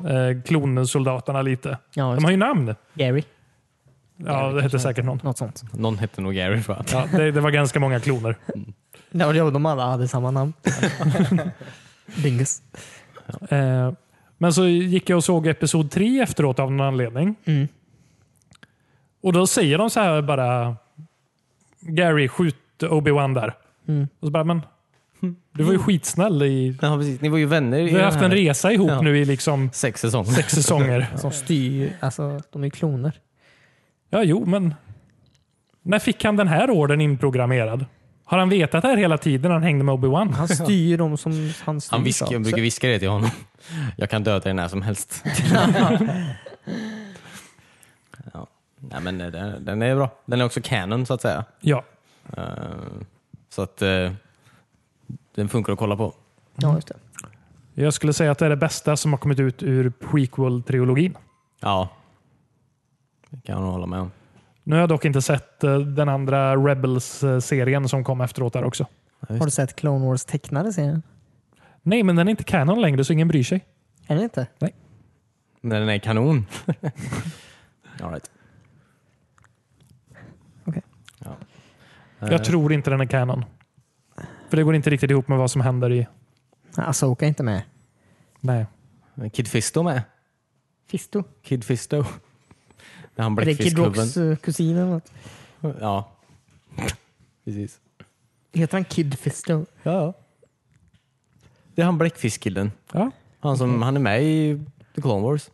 S1: eh, klonsoldaterna lite.
S2: Ja,
S1: De
S2: just
S1: har ju namn.
S2: det. Gary.
S1: Ja, det hette säkert någon.
S2: Något sånt.
S3: Någon hette nog Gary tror jag.
S1: Ja, det, det var ganska många kloner.
S2: Ja, det var de alla hade samma [LAUGHS] namn. Dingus.
S1: Eh, men så gick jag och såg episod tre efteråt av någon anledning.
S2: Mm.
S1: Och då säger de så här bara Gary, skjut Obi-Wan där.
S2: mm.
S1: Och så bara, men du var ju skitsnäll i...
S3: Ja, precis. Ni var ju vänner i
S1: Vi har haft en
S3: här
S1: resa ihop
S3: Ja.
S1: nu i liksom
S3: sex säsonger.
S1: sex säsonger.
S2: Som styr, alltså de är ju kloner.
S1: Ja, jo, men när fick han den här orden inprogrammerad? Har han vetat det här hela tiden när han hängde med Obi-Wan?
S2: Han styr ju dem som han styr.
S3: Han viskar, jag brukar viska det till honom. Jag kan döda dig när som [LAUGHS] helst. ja. Nej, men eh, den, den är bra. Den är också canon så att säga.
S1: Ja,
S3: Eh, så att eh, Den funkar att kolla på.
S2: Ja, just det.
S1: Jag skulle säga att det är det bästa som har kommit ut ur prequel-trilogin.
S3: Ja. Det kan jag nog hålla med om.
S1: Nu har jag dock inte sett eh, den andra Rebels-serien som kom efteråt där också.
S2: Har du sett Clone Wars tecknade serien?
S1: Nej, men den är inte canon längre så ingen bryr sig.
S2: Är den inte?
S3: Men den är kanon. [LAUGHS] All right.
S2: Okej.
S3: Ja. Eh,
S1: Jag tror inte den är canon. För det går inte riktigt ihop med vad som händer i...
S2: Asoka är inte med.
S1: Nej.
S3: Kid Fisto med.
S2: Fisto?
S3: Kid Fisto. När han
S2: Är det Kid
S3: bläckfiskklubben.
S2: Rocks eh, kusin eller något?
S3: Ja. Precis.
S2: Heter han Kid Fisto?
S3: Ja, ja. Det är han bläckfiskkillen.
S1: Ja.
S3: Han, som, han är med i The Clone Wars.
S2: Ja,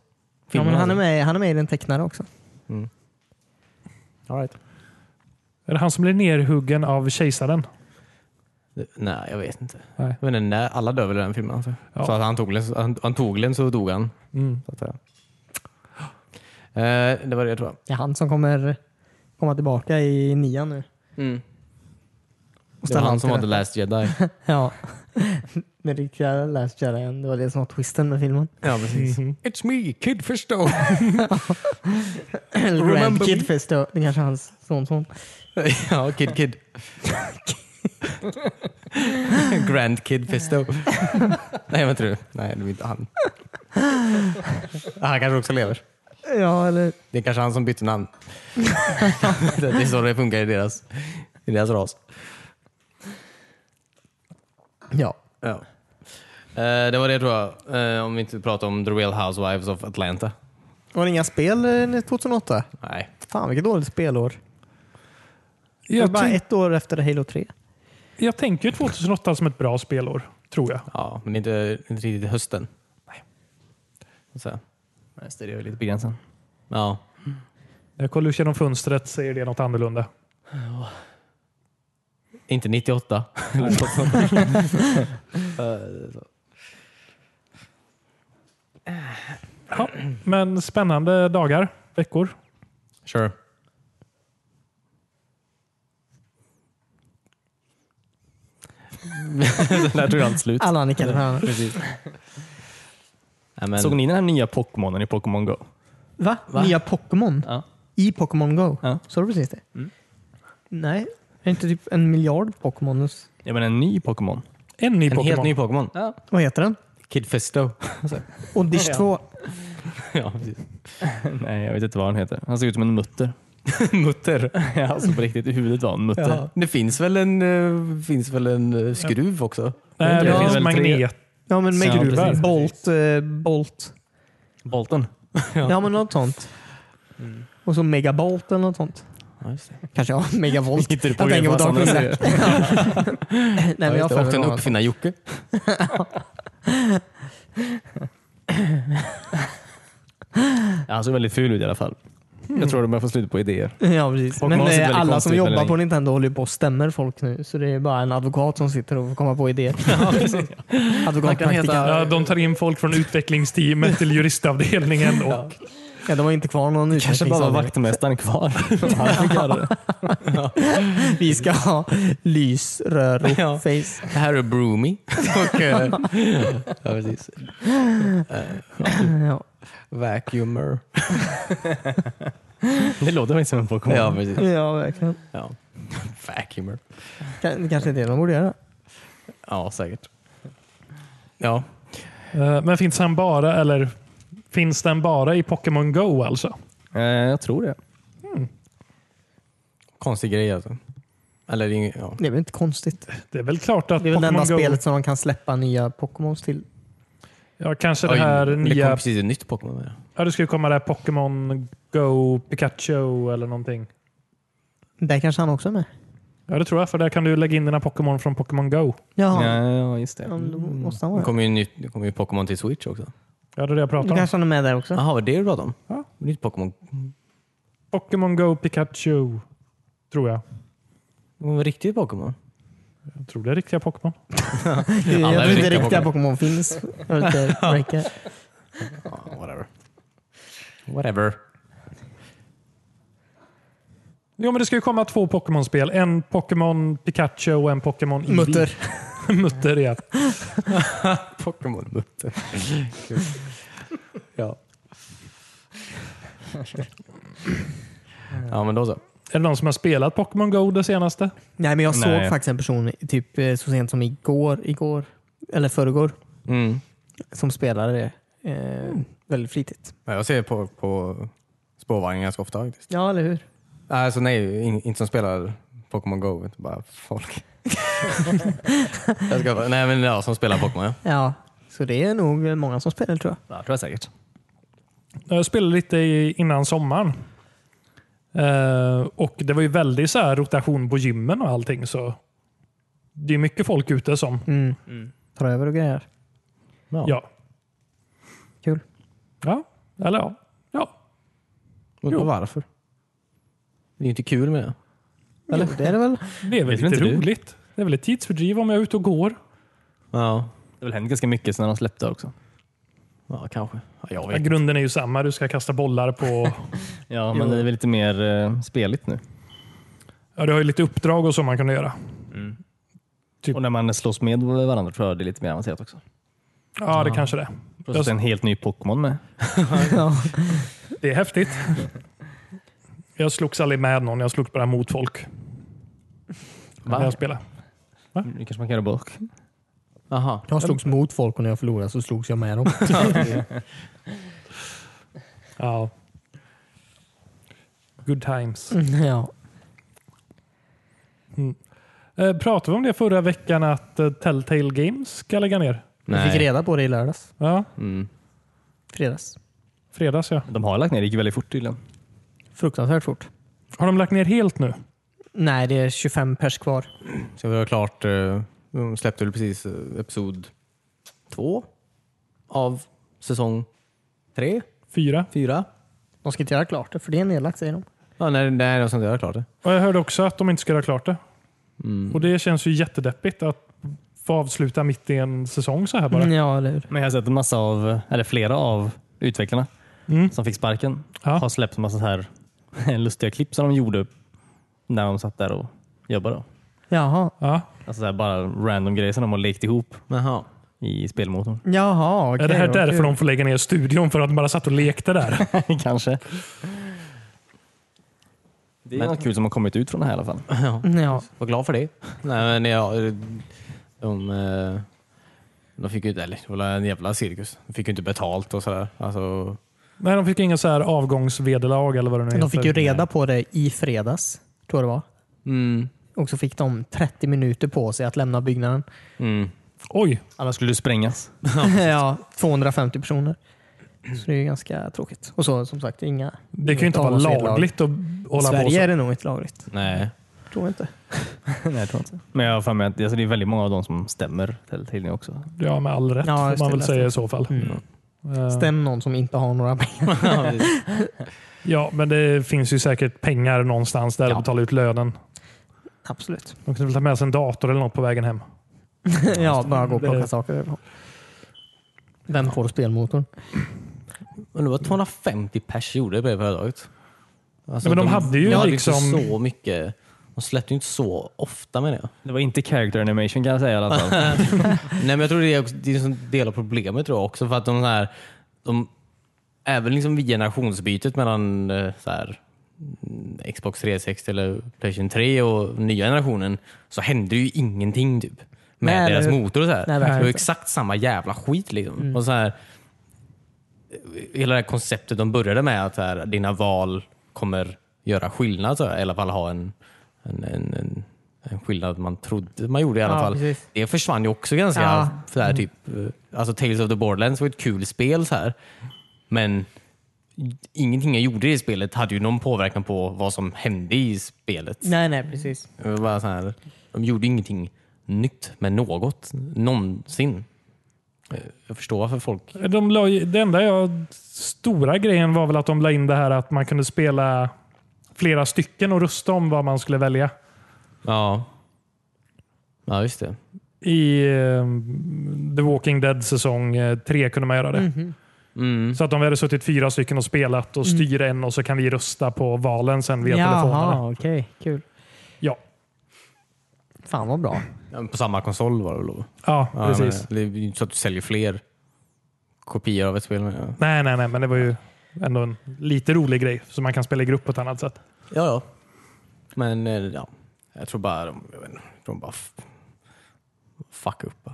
S3: Filmen
S2: men han, är
S3: alltså.
S2: med, han är med i den tecknade också.
S3: All right.
S1: Är det han som blir nerhuggen av kejsaren?
S3: Det- Nej, jag vet inte.
S1: Nej.
S3: Jag vet inte när, alla dör väl i den filmen? Alltså.
S1: Ja.
S3: Så att han tog den, så- han, han tog den så dog han.
S1: Mm.
S3: Så att, säga. eh, det var det tror jag.
S2: Det är han som kommer komma tillbaka i nian nu.
S3: Mm.
S2: Och
S3: Det var
S2: ställa
S3: han
S2: allt
S3: som
S2: till
S3: var The Last Jedi.
S2: rätta. Ja. [LAUGHS] Den riktiga Last Jedi. Det var det som var twisten med [CLEARS THROAT] filmen.
S3: ja, precis. [LAUGHS] It's me, Kid Fisto.
S2: Eller
S3: Remember
S2: Grand
S3: me?
S2: Kid Fisto. Det kanske är hans sonson.
S3: [LAUGHS] ja, Kid [LAUGHS] Kid. Grand Kid [LAUGHS] Fisto. Nej, vad tror du? Nej, det är inte [LAUGHS] han. Han kanske också lever.
S2: Ja, eller...
S3: Det är kanske han som bytte [LAUGHS] namn. det är så det funkar i deras, i deras ras.
S2: Ja.
S3: Ja. Eh, det var det tror jag. Eh, om vi inte pratar om The Real Housewives of Atlanta.
S2: Var det inga spel eh, 2008?
S3: Nej.
S2: Fan vilket dåligt spelår. Det var
S1: Jag,
S2: bara
S1: tänk,
S2: ett år efter Halo 3.
S1: jag tänker 2008 som ett bra spelår, tror jag.
S3: Ja, men inte, inte riktigt hösten. Nej. Så.
S4: Det är lite begränsat.
S3: Ja.
S1: Jag kollar ut genom fönstret, säger det något annorlunda.
S3: Inte 98. Eller något sånt. Eh, så.
S1: Ja, men spännande dagar, veckor.
S3: Sure.
S4: [LAUGHS] Där tog allt slut.
S2: Alla nickade för varandra.
S3: Nej, men,
S4: Såg ni den här nya Pokémonen i Pokémon Go?
S2: Va? Nya Pokémon?
S4: Ja.
S2: I Pokémon Go?
S4: Ja.
S2: Såg du precis det? Nej. Är det inte typ en miljard Pokémonus?
S4: Jag menar en ny Pokémon. [LAUGHS]
S1: En ny
S3: en helt
S1: Pokémon.
S3: ny Pokémon.
S2: Vad heter den?
S3: Kid Fisto.
S2: Och Dish 2.
S3: ja, precis.
S4: [LAUGHS] Nej, jag vet inte vad han heter. Han ser ut som en [LAUGHS] mutter.
S3: Mutter.
S4: [LAUGHS] Ja, alltså på riktigt. I huvudet var en mutter.
S3: Det finns väl en, eh, finns väl en eh, skruv också?
S1: Nej, det
S4: Ja,
S1: finns
S4: väl
S1: magnet.
S2: Ja men med
S4: Ja,
S1: precis.
S2: Bolt. Eh, Bolt.
S4: Bolten.
S2: Ja. men något sånt. Och så Megabolt eller något sånt.
S3: Ja, just det.
S2: Kanske ja, Megavolt.
S4: Hittar du på
S2: jag tänker på
S4: vad
S2: Dark
S4: som
S2: Crystal.
S4: är
S2: Nej [LAUGHS]
S4: det?
S2: men jag
S3: just det.
S2: har
S3: Och
S2: för mig
S3: den
S2: något sånt.
S3: uppfinnar-Jocke.
S4: Ja, Han såg väldigt ful ut i alla fall. Jag tror de börjar få slut på idéer.
S2: [LAUGHS] Ja precis.
S4: Pokémon
S2: Men
S4: ser
S2: eh,
S4: väldigt
S2: alla
S4: konstigt
S2: som
S4: ut
S2: jobbar
S4: väldigt
S2: på Nintendo håller ju på och stämmer folk nu. Så det är bara en advokat som sitter och får komma på idéer. [LAUGHS] Advokatpraktikant.
S1: Ja, de tar in folk från utvecklingsteamet till juristavdelningen. [LAUGHS] Och,
S2: Ja, de har inte kvar någon
S4: Kanske bara var
S2: utvecklingsavdelning.
S4: vaktmästaren [LAUGHS] kvar. Han fick göra det.
S2: Vi ska ha lys, rör och
S3: Ja.
S2: face.
S3: Det här är Broomy. [LAUGHS] Och, eh, ja, precis.
S2: Ja.
S3: Vacuumer.
S4: Det låter faktiskt som en Pokémon.
S3: Ja, precis.
S2: ja, verkligen.
S3: Ja. Vacuumer.
S2: Kan- Det kanske är det de borde göra.
S3: Ja, säkert. Ja.
S1: eh, men finns den bara, eller finns den bara i Pokémon Go alltså?
S4: Eh, Jag tror det.
S3: Konstig grej alltså. Eller det är ingen- ja.
S2: Det är väl inte konstigt?
S1: Det är väl klart att
S2: Det är väl det enda
S1: Pokémon Go...
S2: spelet som de kan släppa nya Pokémons till.
S1: Ja, kanske
S3: Oj,
S1: det här
S3: men Det kom
S1: nya...
S3: precis ett nytt Pokémon. med det.
S1: Ja, det skulle komma det här Pokémon Go Pikachu eller någonting.
S2: Där kanske han också är med.
S1: Ja, det tror jag. För där kan du lägga in dina Pokémon från Pokémon Go.
S2: Jaha. Ja.
S4: Ja, just det.
S2: Då måste han
S3: Det
S2: vara
S3: kommer ju, nytt, det kommer ju Pokémon till Switch också.
S1: Ja, det är det jag
S2: det.
S1: pratar
S2: Då
S1: om.
S2: kanske han är med där också.
S3: Jaha, var det det du pratade om?
S1: Ja.
S3: Nytt Pokémon.
S1: Pokémon Go Pikachu. Tror jag.
S3: Mm, Riktigt Pokémon?
S1: Jag tror det är riktiga Pokémon.
S2: jag
S3: alla är
S2: tror inte
S3: riktiga
S2: riktiga
S3: Pokémon.
S2: Pokémon finns. Jag vet inte, verkar.
S3: Ja, whatever. Whatever.
S1: Jo, men det ska ju komma två Pokémon-spel. En Pokémon Pikachu och en Pokémon Eevee.
S2: Mutter.
S1: [LAUGHS] Mutter igen.
S3: [LAUGHS] Pokémon-mutter. ja. ja, men då så.
S1: Är det någon som har spelat Pokémon Go det senaste?
S2: Nej, men jag
S4: Nej.
S2: såg faktiskt en person typ eh, så sent som igår, igår eller förrgår
S3: Mm.
S2: som spelade det eh, väldigt flitigt.
S3: Ja, Jag ser på, på spårvagnen ganska ofta faktiskt.
S2: Ja, eller hur?
S3: Alltså nej, in, inte som spelar Pokémon Go, utan bara folk. jag ska, bara- nej men ja, som spelar Pokémon ja.
S2: Ja, så det är nog många som spelar tror jag.
S4: Ja, tror jag säkert.
S1: Jag spelade lite i- innan sommaren. Eh, och Det var ju väldigt så här rotation på gymmen och allting. Så det är mycket folk ute som...
S2: Mm. Tar över och grejer.
S4: Ja.
S1: Ja.
S2: Kul.
S1: Ja, eller ja. ja.
S3: Men
S1: Jo.
S3: varför? Det är ju inte kul med det.
S2: Eller? Jo, det är det väl?
S1: Det är väl
S4: Vet väl
S1: lite
S4: inte du?
S1: roligt. Det är väl ett tidsfördriv om jag är ute och går.
S3: Ja,
S4: Det har väl hänt ganska mycket sedan de släppte också.
S3: ja kanske. Ja, jag
S1: Ja,
S3: vet.
S1: grunden är ju samma. Du ska kasta bollar på...
S4: Ja, men det är väl lite mer eh, speligt nu.
S1: Ja, du har ju lite uppdrag och så man kan göra. Typ.
S4: Och när man slåss med varandra tror jag det är lite mer avancerat också.
S1: Ja, det kanske det.
S4: Och så en helt ny Pokémon med.
S2: [LAUGHS] ja.
S1: Det är häftigt. Jag slogs aldrig med någon. Jag slogs bara mot folk.
S4: Va?
S1: När jag spelade.
S4: Nu kanske man kan göra bok.
S3: Jaha.
S2: Jag slogs mot folk och när jag förlorade så slogs jag med dem.
S1: Ja. Good times.
S2: [LAUGHS] ja.
S1: Eh, pratade vi om det förra veckan att eh, Telltale Games ska lägga ner?
S2: Vi fick
S3: Nej.
S2: reda på det i lördags.
S1: Ja,
S3: Mm.
S2: Fredags.
S1: fredags ja.
S4: De har lagt ner, det gick väldigt fort tydligen.
S2: Fruktansvärt fort.
S1: Har de lagt ner helt nu?
S2: Nej, det är 25 pers kvar.
S3: Så vi har klart, eh, de släppte väl precis eh, episod två av säsong tre,
S1: Fyra?
S3: fyra?
S2: De ska inte göra klart det, för det är nedlagt säger de.
S3: Ja, nej, nej, jag har inte göra klart det.
S1: Och jag hörde också att de inte ska göra klart det.
S2: Mm.
S1: Och det känns ju jättedeppigt att få avsluta mitt i en säsong så här bara.
S2: Ja, eller hur?
S4: Men jag har sett en massa av, eller flera av utvecklarna
S1: Mm.
S4: som fick sparken
S1: Ja.
S4: har släppt en massa så här [LAUGHS] lustiga klipp som de gjorde när de satt där och jobbade. då.
S2: Jaha.
S1: Ja.
S4: Alltså så här bara random grejer som de har lekt ihop
S3: Jaha.
S4: i spelmotorn.
S2: Jaha, okej.
S1: är det här
S2: vad
S1: därför
S2: kul.
S1: de får lägga ner studion? För att de bara satt och lekte
S2: [LAUGHS]
S1: där?
S4: [LAUGHS] Kanske. Det är något kul som har kommit ut från det här i alla fall.
S2: Ja.
S3: Var glad för det. Nej, men ja, eh, de, eh, de fick ju inte, eller det var en jävla cirkus. De fick ju inte betalt och sådär. Alltså,
S1: Nej, de fick inga så här avgångsvederlag eller vad det nu
S2: De fick ju
S1: heter.
S2: reda på det i fredags, tror jag det var.
S3: mm,
S2: Och så fick de 30 minuter på sig att lämna byggnaden.
S3: mm.
S1: Oj,
S4: Annars skulle du sprängas.
S2: [LAUGHS] ja, 250 personer. Så det är ju ganska tråkigt. Och så som sagt, inga...
S1: det kan ju inte vara
S2: avgångsvederlag.
S1: lagligt att hålla på
S2: Sverige
S1: så.
S2: är det nog inte lagligt.
S3: Nej.
S2: Tror jag inte.
S4: [LAUGHS] Nej, jag tror inte. Men jag har för mig att alltså, det är väldigt många av dem som stämmer till, till nu också.
S1: Ja, med all rätt
S2: Ja,
S1: får
S2: just
S1: man
S2: det,
S1: väl
S2: läste
S1: säga
S2: jag.
S1: i så fall.
S2: Mm.
S1: Eh,
S2: Stäm någon som inte har några pengar.
S1: Ja, men det finns ju säkert pengar någonstans där att betala ut lönen.
S2: [LAUGHS] Absolut. [LAUGHS]
S1: De kunde väl ta med sig en dator eller något på vägen hem.
S2: ja, bara gå och plocka
S1: Det-
S2: saker. därifrån. Vem får spelmotorn?
S3: [LAUGHS] men det var 250 pers gjorde det på det företaget. Alltså,
S1: Nej, men de hade ju
S3: de hade
S1: liksom-
S3: inte så mycket. De släppte ju inte så ofta med det.
S4: Det var inte character animation kan jag säga i alla [LAUGHS] fall.
S3: Nej, men jag tror det är, också, det är en sån del av problemet tror jag också. För att de här, de, även liksom vid generationsbytet mellan eh, så här, mm, Xbox 360 eller Playstation 3 och nya generationen så hände ju ingenting typ, med
S2: Nej,
S3: deras
S2: eller hur?
S3: motor. Och så här.
S2: Nej, verkligen
S3: det var ju
S2: inte. Mm.
S3: exakt samma jävla skit. Liksom. Och så här, hela det här konceptet de började med att så här, dina val kommer göra skillnad. Så här, I alla fall ha en, en, en, en, en skillnad man trodde man gjorde i alla
S2: Ja,
S3: fall.
S2: precis.
S3: Det försvann ju också ganska.
S2: Ja.
S3: Så här, typ, eh, alltså Tales of the Borderlands var ett kul spel så här. Men ingenting jag gjorde i det spelet hade ju någon påverkan på vad som hände i spelet.
S2: Nej, nej, precis.
S3: Det var bara så här, de gjorde ingenting nytt med något någonsin. Eh, Jag förstår varför folk...
S1: De la, ju- det enda jag, stora grejen var väl att de la in det här att man kunde spela flera stycken och rösta om vad man skulle välja.
S3: Ja, ja just det.
S1: I eh, The Walking Dead säsong 3 kunde man göra det.
S2: Mhm.
S3: Mm.
S1: Så att om vi hade suttit fyra stycken och spelat
S2: Mm.
S1: och styr en och så kan vi rösta på valen sen via telefonerna.
S2: okej. Kul.
S1: Ja.
S2: Fan vad bra.
S3: Ja, men På samma konsol var det väl då?
S1: Ja,
S3: Ja,
S1: precis.
S3: men Det är ju inte så att du säljer fler kopior av ett spel. Men, ja.
S1: Nej, nej, nej, men det var ju ändå en lite rolig grej som man kan spela i grupp på ett annat sätt.
S3: ja, ja. Men eh, ja, jag tror bara de, jag vet inte, jag tror de bara f- fuck upp. va?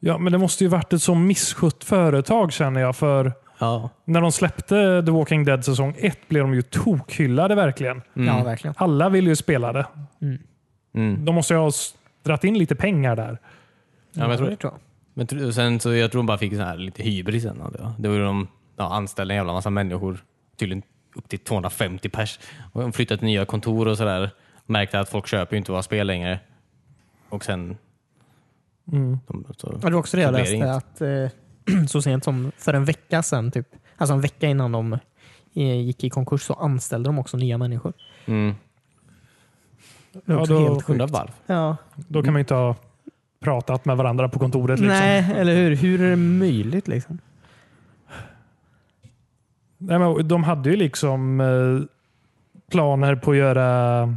S1: Ja, men det måste ju varit ett så misskött företag känner jag. För
S3: Ja.
S1: när de släppte The Walking Dead säsong 1 blev de ju tokhyllade verkligen.
S2: Ja, verkligen.
S1: Alla vill ju spela det.
S3: Mm.
S1: De måste ju ha s- dragit in lite pengar där.
S3: Ja, men jag tror
S2: det tror jag.
S3: Men tr- och sen så jag tror de bara fick så här lite hybris sen. av det, va? Det var ju de ja, anställde en jävla massa människor, tydligen upp till 250 pers. Och de flyttade till nya kontor och sådär. Märkte att folk köper ju inte våra spel längre. Och sen... De, så,
S2: Ja, det var också det
S3: så
S2: jag
S3: blir det
S2: läste.
S3: inget.
S2: Att, eh, [CLEARS THROAT] så sent som för en vecka sedan, typ, alltså en vecka innan de eh, gick i konkurs, så anställde de också nya människor.
S3: Mm.
S2: Det är
S1: Ja,
S2: också
S1: då-
S2: helt
S3: Undrar
S2: sjukt.
S3: varför.
S2: Ja.
S1: Då kan man ju inte ha pratat med varandra på kontoret. Liksom. Mm.
S2: Nej, eller hur? Hur är det möjligt? Liksom?
S1: Nej, men de hade ju liksom eh, planer på att göra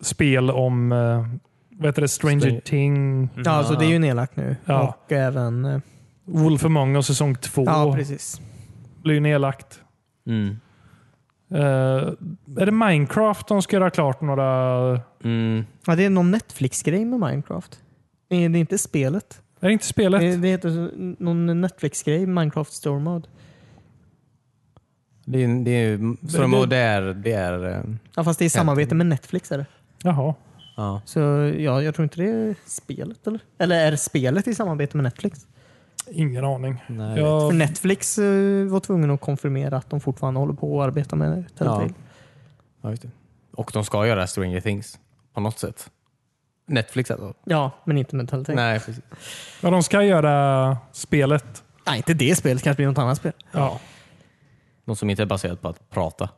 S1: spel om eh, vad heter det? Stranger
S3: Stranger-
S1: Thing,
S2: Ja, alltså, det är ju nedlagt nu.
S1: Ja.
S2: Och även... eh,
S1: Wolf Among Us säsong 2.
S2: Ja, precis.
S1: blir ju nedlagt.
S3: Mm.
S1: Eh, är det Minecraft de ska göra klart några...
S3: Mm.
S2: Ja, det är någon Netflix-grej med Minecraft. Nej, Det är inte spelet.
S1: Är det inte spelet?
S2: Det, det heter så- någon Netflix-grej, Minecraft Store Mode.
S3: Det är, det är, så de,
S1: det-
S3: och det är, det är, eh,
S2: Ja, fast det är i samarbete med Netflix. Är det.
S1: Jaha.
S3: ja.
S2: Så ja, jag tror inte det är spelet. Eller, eller är det spelet i samarbete med Netflix?
S1: Ingen aning.
S3: Nej,
S1: Jag,
S2: För Netflix eh, var tvungen att konfirmera att de fortfarande håller på att arbeta med Telltale.
S3: ja, just det. Och de ska göra Stranger Things på något sätt. Netflix alltså?
S2: Ja. men inte med Telltale. Nej.
S3: Nej, precis.
S1: ja, de ska göra spelet.
S2: inte det spelet. Kanske blir något annat spel.
S1: Ja.
S3: Något som inte är baserat på att prata.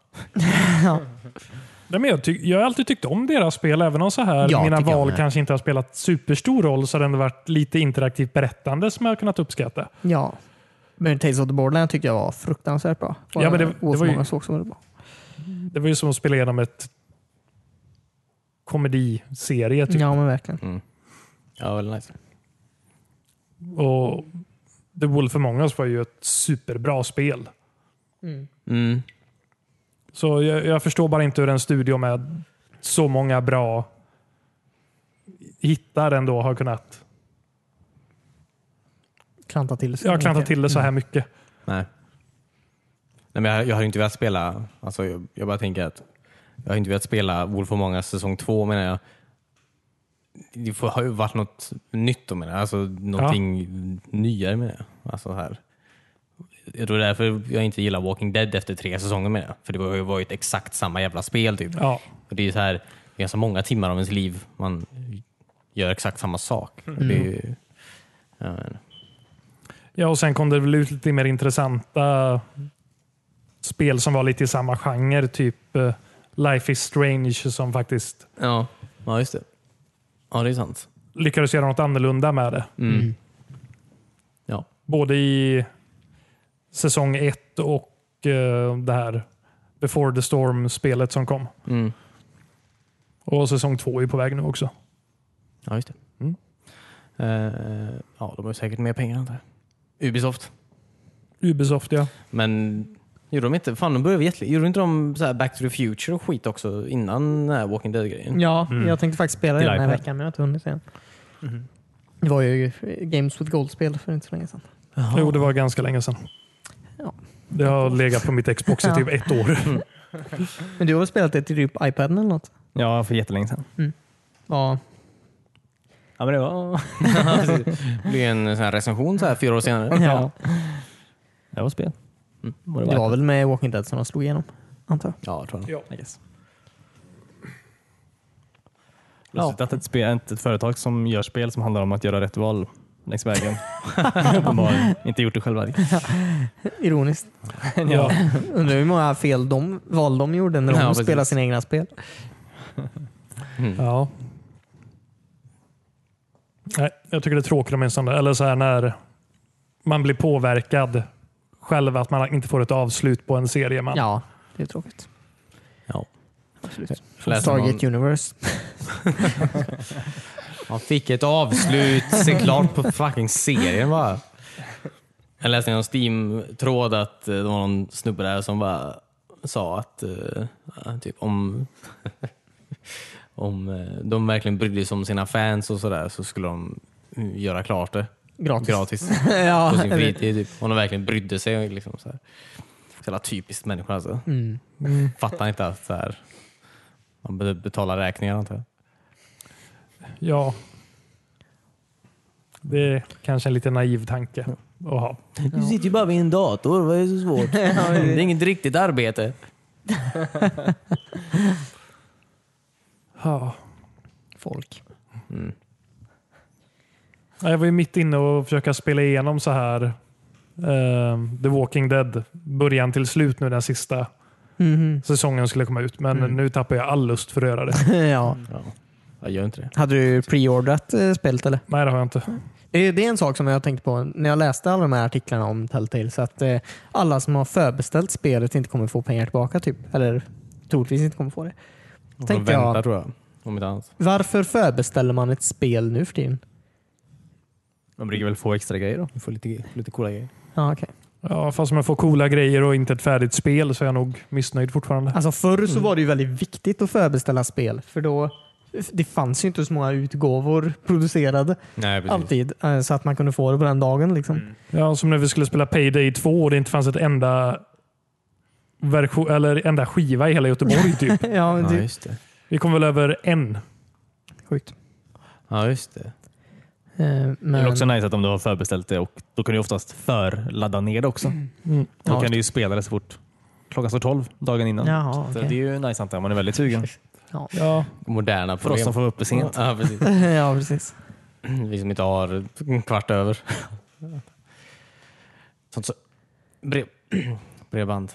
S1: Nej, men jag, ty- jag har alltid tyckt om deras spel, även om så här
S2: Ja,
S1: mina
S2: tycker jag
S1: val
S2: med.
S1: kanske inte har spelat superstor roll så har det ändå varit lite interaktivt berättande som jag har kunnat uppskatta.
S2: Ja. Men Tales of the Borderland tyckte jag var fruktansvärt bra.
S1: Ja, men det- det var ju-
S2: Många såg som var bra.
S1: Det var ju som att spela igenom ett komediserie. Typ.
S2: Ja, men verkligen.
S3: Ja, väldigt nice.
S1: Och The Wolf Among Us var ju ett superbra spel.
S3: Mm.
S1: Så jag, jag förstår bara inte hur en studio med så många bra hittar ändå har kunnat
S2: Klanta till sig.
S1: jag har klantat till det så här mycket.
S3: Nej. Nej men jag, jag har ju inte velat spela, alltså, jag, jag bara tänker att jag har inte velat spela Wolf of Många säsong två menar jag. Det får- har ju varit något nytt då menar jag, alltså någonting nyare menar jag. Alltså, här. Jag tror det är därför jag inte gillar Walking Dead efter tre säsonger menar jag. För det har ju varit exakt samma jävla spel typ.
S1: Ja.
S3: Och det är ju så här, det är ganska många timmar av ens liv man gör exakt samma sak.
S2: Mm.
S3: Och Det är ju, ja, men-
S1: ja, och sen kom det väl ut lite mer intressanta spel som var lite i samma genre. Typ eh, Life is Strange som faktiskt
S3: ja, ja, just det. Ja, det är sant. Mm.
S1: lyckades göra något annorlunda med det.
S3: Ja.
S1: Både i säsong ett och eh, det här Before the Storm-spelet som kom.
S3: Mm.
S1: Och säsong två är på väg nu också.
S3: Ja, just det.
S2: Mm.
S3: Eh, ja, de har ju säkert mer pengar antar jag. Ubisoft.
S1: Ubisoft ja.
S3: Men gjorde de inte, fan de började jätte, gjorde inte de så här Back to the Future och skit också innan den här Walking Dead-grejen?
S2: Ja, jag tänkte faktiskt spela det
S3: Till
S2: den här
S3: iPad.
S2: veckan men jag har inte hunnit än. Det var ju Games with Gold-spel för inte så länge sedan.
S1: Jo, det var ganska länge sedan.
S2: Ja.
S1: Det har legat på mitt Xbox i typ ett år.
S2: Men du har väl spelat det till typ iPaden eller något?
S4: Ja, för jättelänge sedan.
S2: Ja.
S4: Ja, men det var,
S3: [LAUGHS] Det blev en sån här recension så här fyra år senare.
S2: ja.
S4: det var spel. Var Mm. det
S2: Det
S4: värt
S2: var väl med Walking Dead som de slog igenom, antar jag.
S3: Ja, jag tror jag.
S4: I guess. Lustigt att ett, spel, ett, ett företag som gör spel som handlar om att göra rätt val längs [LAUGHS] vägen uppenbarligen inte gjort det själva.
S2: Ironiskt.
S1: ja.
S2: Undrar hur många fel de, val de gjorde när de
S3: Ja, precis.
S2: spelade sina egna spel.
S1: ja. Nej, jag tycker det är tråkigt om en sån där, eller så här när man blir påverkad själv att man inte får ett avslut på en serie. Man.
S2: Ja, det är tråkigt.
S3: Ja.
S2: Absolut.
S3: Läser
S2: Stargate
S3: någon,
S2: Universe.
S3: Han fick ett avslut, se klart på fucking serien bara. Jag läste i någon Steam-tråd att eh, det var någon snubbe där som bara sa att eh, ja, typ om, [LAUGHS] om eh, de verkligen brydde sig om sina fans och sådär så skulle de mm, göra klart det.
S2: Gratis.
S3: [LAUGHS] Gratis.
S2: [LAUGHS] ja,
S3: På sin
S2: jag vet.
S3: fritid. Typ. Om de verkligen brydde sig. Liksom, så här. Så jävla typiskt människor alltså.
S2: Mm.
S3: Fattar inte att så här, man be- betalar räkningar antar jag.
S1: Ja. Det är kanske en lite naiv tanke att ha.
S3: Du sitter ju bara vid en dator, vad är det så
S4: [LAUGHS]
S3: svårt? det är inget riktigt arbete.
S1: Ja.
S2: Folk.
S3: Mm.
S1: Jag var ju mitt inne och försöka spela igenom så här eh, The Walking Dead, början till slut nu den sista
S2: Mhm. [LAUGHS]
S1: säsongen skulle komma ut. Men nu tappar jag all lust för att göra det.
S2: ja.
S3: Ja. Jag gör inte det.
S2: Hade du preordrat eh, spelet eller?
S1: Nej, det har jag inte.
S2: Det är det är en sak som jag har tänkt på när jag läste alla de här artiklarna om Telltale. Så att eh, alla som har förbeställt spelet inte kommer få pengar tillbaka. typ. Eller troligtvis inte kommer få det.
S3: Jag får
S2: Tänkte
S3: vänta
S2: jag,
S3: tror jag. Om inte annat.
S2: varför förbeställer man ett spel nu för tiden?
S4: De brukar väl få extra grejer då?
S3: Du får lite, lite coola grejer.
S2: Ja, okej.
S1: Ja, fast om jag får coola grejer och inte ett färdigt spel så är jag nog missnöjd fortfarande.
S2: Alltså förr
S4: Mm.
S2: så var det ju väldigt viktigt att förbeställa spel. För då det fanns ju inte så många utgåvor producerade
S3: Nej,
S2: alltid. eh, Så att man kunde få det på den dagen. Liksom.
S1: Ja, som när vi skulle spela Payday 2 och det inte fanns ett enda version, eller enda skiva i hela Göteborg. [LAUGHS] Typ.
S2: [LAUGHS]
S4: Mm.
S2: Ja, men
S3: Ja,
S2: det eh,
S3: just det.
S1: Vi kom väl över en.
S2: sjukt.
S3: Ja, just det.
S2: Eh,
S4: Det
S2: Men,
S4: är också nice att om du har förbeställt det och då kan du oftast förladda ner det också. Då
S2: Ja,
S4: kan du ju spela det så fort klockan står 12 dagen innan.
S2: Jaha,
S4: så att, eh,
S2: okej.
S4: Det är ju nice antar jag, om man är väldigt sugen.
S1: Ja,
S4: För
S3: Moderna
S4: oss
S3: problem.
S4: som får vara uppe sent.
S3: Ja, precis.
S2: [LAUGHS] ja, precis.
S3: Vi som inte har en kvart över. Sånt så. Brev. [CLEARS THROAT] Bredband.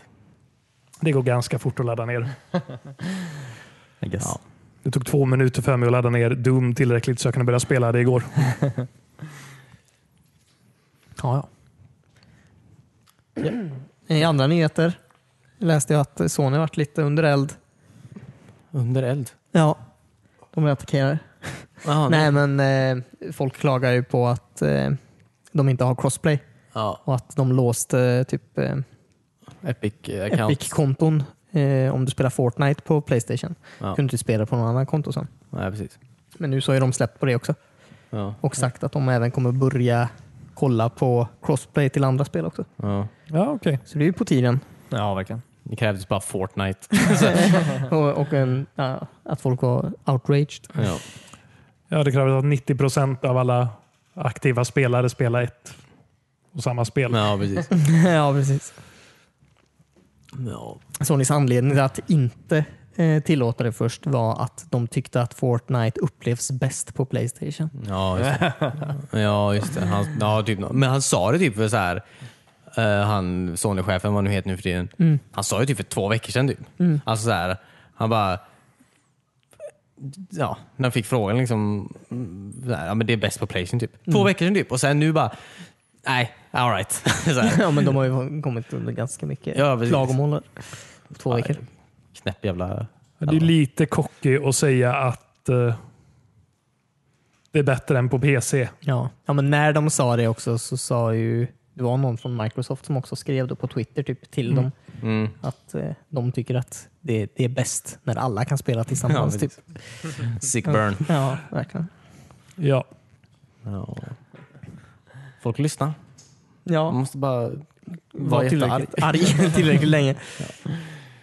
S1: det går ganska fort att ladda ner.
S4: I guess.
S3: Ja.
S1: Det tog två minuter för mig att ladda ner Doom tillräckligt så jag kunde börja spela det igår.
S2: Ja, ja. I andra nyheter läste jag att Sony varit lite under eld.
S3: Under eld.
S2: Ja, de blir attackerade.
S3: Ah,
S2: Nej, men eh, folk klagar ju på att eh, de inte har crossplay
S3: Ja,
S2: och att de låste eh, typ eh,
S3: Epic-account.
S2: Epic-konton eh, om du spelar Fortnite på Playstation.
S3: Ja.
S2: kunde inte spela på någon annan konto sen.
S3: Nej, precis.
S2: Men nu så har ju de släppt på det också
S3: Ja.
S2: och sagt
S3: Mm.
S2: att de även kommer börja kolla på crossplay till andra spel också.
S3: Ja.
S1: Ja, okej.
S2: Så det är ju på tiden.
S4: Ja, verkligen.
S3: Det krävdes bara Fortnite.
S2: och, och en, ja, att folk var
S3: [LAUGHS]
S2: outraged.
S3: Ja.
S1: Ja, det krävs att 90 procent av alla aktiva spelare spelar ett och samma spel.
S3: ja, precis.
S2: ja, precis.
S3: Ja.
S2: Sonys anledning till att inte eh, tillåta det först var att de tyckte att Fortnite upplevs bäst på Playstation.
S3: Ja, just det. Ja, just det. Han, ja, typ, nå- men han sa det typ för så här. eh, han, Sony-chefen, vad han nu heter nu för tiden.
S2: Mm.
S3: Han sa det typ för två veckor sedan. Typ. Alltså så här, han bara... Ja, när han fick frågan liksom. mm, Så här, ja, men det är bäst på Playstation typ.
S2: Mm.
S3: Två veckor sedan typ. Och sen nu bara, nej, alright. [LAUGHS] så här,
S2: [LAUGHS] ja, men de har ju kommit under ganska mycket
S3: Ja, precis.
S2: klagomål där. på två
S3: Ja,
S2: veckor.
S3: knäpp jävla...
S1: Det är lite cocky att säga att eh, det är bättre än på PC.
S2: Ja. ja, men när de sa det också så sa ju det var någon från Microsoft som också skrev det på Twitter typ till dem
S3: Mm.
S2: att eh, de tycker att det, det är bäst när alla kan spela tillsammans.
S3: Ja,
S2: typ.
S3: precis. Sick burn.
S2: ja verkligen.
S1: Ja,
S3: Ja. Folk lyssnar. Man
S2: Ja,
S3: måste bara
S2: var
S3: vara jättearg.
S2: tillräckligt
S3: [LAUGHS]
S2: arg [LAUGHS] tillräckligt länge.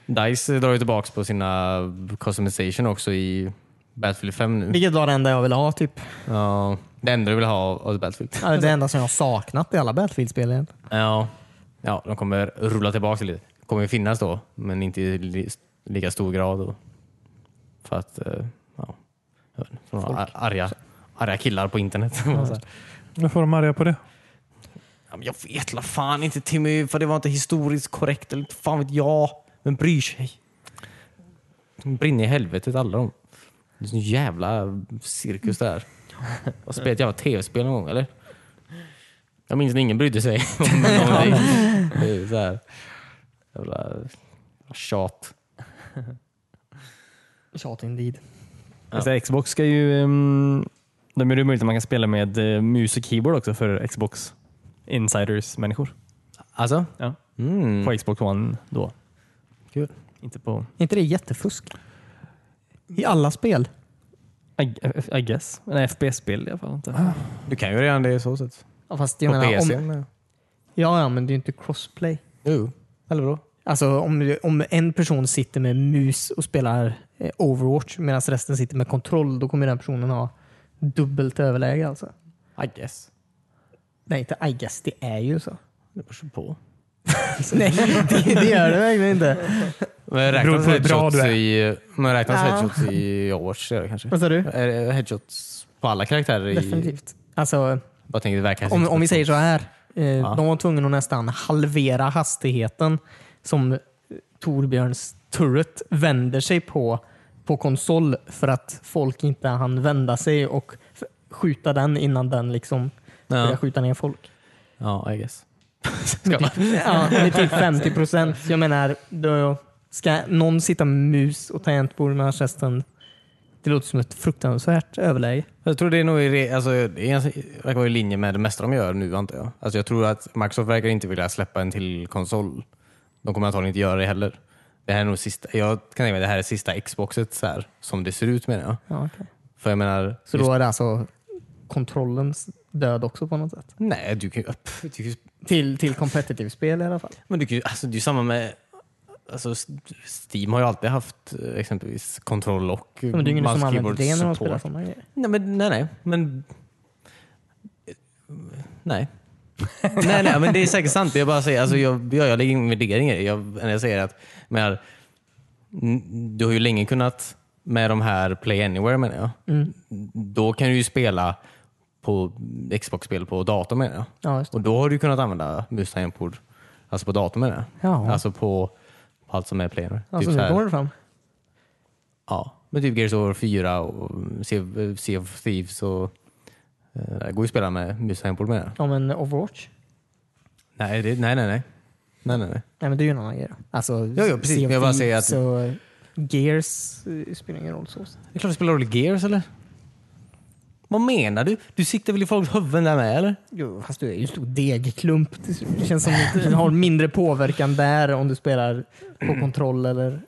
S3: Dice drar ju tillbaka på sina customization också i Battlefield 5 nu.
S2: Vilket var det enda jag ville ha typ.
S3: Ja, det enda du vill ha av Battlefield.
S2: Ja, Det är det enda som jag har saknat i alla Battlefield-spel. egentligen.
S3: Ja, ja de kommer rulla tillbaka lite. kommer ju finnas då, men inte i li- lika stor grad. Då. För att, eh, ja, jag vet inte, för några ar- arga, arga killar på internet. [LAUGHS] Så här.
S1: varför är de arga på det?
S3: Ja, men jag vet la fan inte Timmy, för det var inte historiskt korrekt. Eller inte fan vet jag. Men bryr sig? De brinner i helvetet alla de. Det är sån jävla cirkus där. Jag spelade ett jävla tv-spel någon gång, eller? Jag minns när ingen brydde sig [LAUGHS] om någonting. Det är så här. Jävla tjat.
S2: Tjat indeed.
S4: Alltså, Xbox ska ju... ehm, de gör det möjligt att man kan spela med eh, mus och keyboard också för Xbox insiders-människor.
S3: Alltså?
S4: Ja.
S3: Mm.
S4: På Xbox One då.
S3: Kul.
S4: Inte på...
S2: Är inte det jättefusk? I alla spel?
S4: I, I guess. En FPS-spel i alla fall. Inte.
S3: Du kan ju redan det i så sätt.
S2: Ja, fast jag
S3: På
S2: menar,
S3: PC.
S2: om,
S3: men-
S2: ja, ja, men det är ju inte crossplay.
S3: Jo. Eller vadå?
S2: Alltså om, om en person sitter med mus och spelar eh, Overwatch medan resten sitter med kontroll, då kommer den personen ha dubbelt överläge alltså.
S3: I guess.
S2: Nej, inte I guess, det är ju så.
S3: Det beror på.
S2: [LAUGHS] Nej, det, det gör det verkligen inte.
S3: Men
S1: beror
S3: räknas
S1: på hur bra
S3: headshots
S1: du är.
S3: i, men räknas
S2: Ja.
S3: headshots i Overwatch det kanske?
S2: Vad sa du?
S3: Är det headshots på alla karaktärer? I,
S2: Definitivt. Alltså,
S3: Vad tänker du? Det verkar
S2: om,
S3: inte
S2: om vi säger så här. Eh,
S3: Ja.
S2: De var tvungna att nästan halvera hastigheten som eh, Torbjörns turret vänder sig på på konsol för att folk inte hann vända sig och f- skjuta den innan den liksom började
S3: Ja,
S2: skjuta ner folk.
S3: ja I guess.
S2: Med typ, ja, med typ 50 procent. Jag menar, då ska någon sitta med mus och tangentbord med resten? Det låter som ett fruktansvärt överläge.
S3: Jag tror det är nog i re- alltså, det är, verkar vara i linje med det mesta de gör nu antar jag. Alltså, jag tror att Microsoft verkar inte vilja släppa en till konsol. De kommer antagligen inte göra det heller. Det här är nog sista, jag kan tänka mig att det här är sista Xboxet så här, som det ser ut menar jag.
S2: Ja, okej.
S3: För jag menar,
S2: Så då är det alltså kontrollens död också på något sätt?
S3: nej du kan ju, pff, du kan ju
S2: Till, till competitive spel i alla fall.
S3: Men du kan ju, alltså, det är ju samma med... Alltså, Steam har ju alltid haft eh, exempelvis kontroll och
S2: Ja, Men det är ju ingen som
S3: mouse,
S2: använder
S3: keyboard,
S2: det när de
S3: support.
S2: spelar sådana grejer.
S3: Nej, men, nej, nej, men... eh, Nej. nej, nej, men det är säkert sant. Jag bara säger, alltså, jag, jag, jag lägger ingen värdering i det. Jag, när jag säger att, men, jag- n- du har ju länge kunnat, med de här Play Anywhere menar jag,
S2: Mm.
S3: då kan du ju spela på Xbox-spel på dator menar jag.
S2: Ja, just det.
S3: Och då har du kunnat använda mus och alltså på datorn menar jag.
S2: Ja.
S3: Alltså på, på allt som är player.
S2: Alltså,
S3: typ så
S2: nu kommer
S3: här,
S2: det fram.
S3: ja, men typ Gears of War 4 och mm, Sea- Sea of Thieves och eh, det går ju att spela med mus och handbord menar jag.
S2: Ja, men Overwatch?
S3: Nej, det, nej, nej, nej. Nej, nej, nej.
S2: Nej, men det är ju en annan grej. då. Alltså,
S3: Ja, ja,
S2: Sea
S3: precis.
S2: of
S3: Men jag bara säger
S2: Thieves
S3: att-
S2: och Gears eh, spelar ingen roll så.
S3: Det är klart du spelar roll i Gears eller? Vad menar du? Du siktar väl i folks huvuden där med eller?
S2: Jo, fast du är ju en stor degklump. Det känns som att du har mindre påverkan där om du spelar på kontroll eller...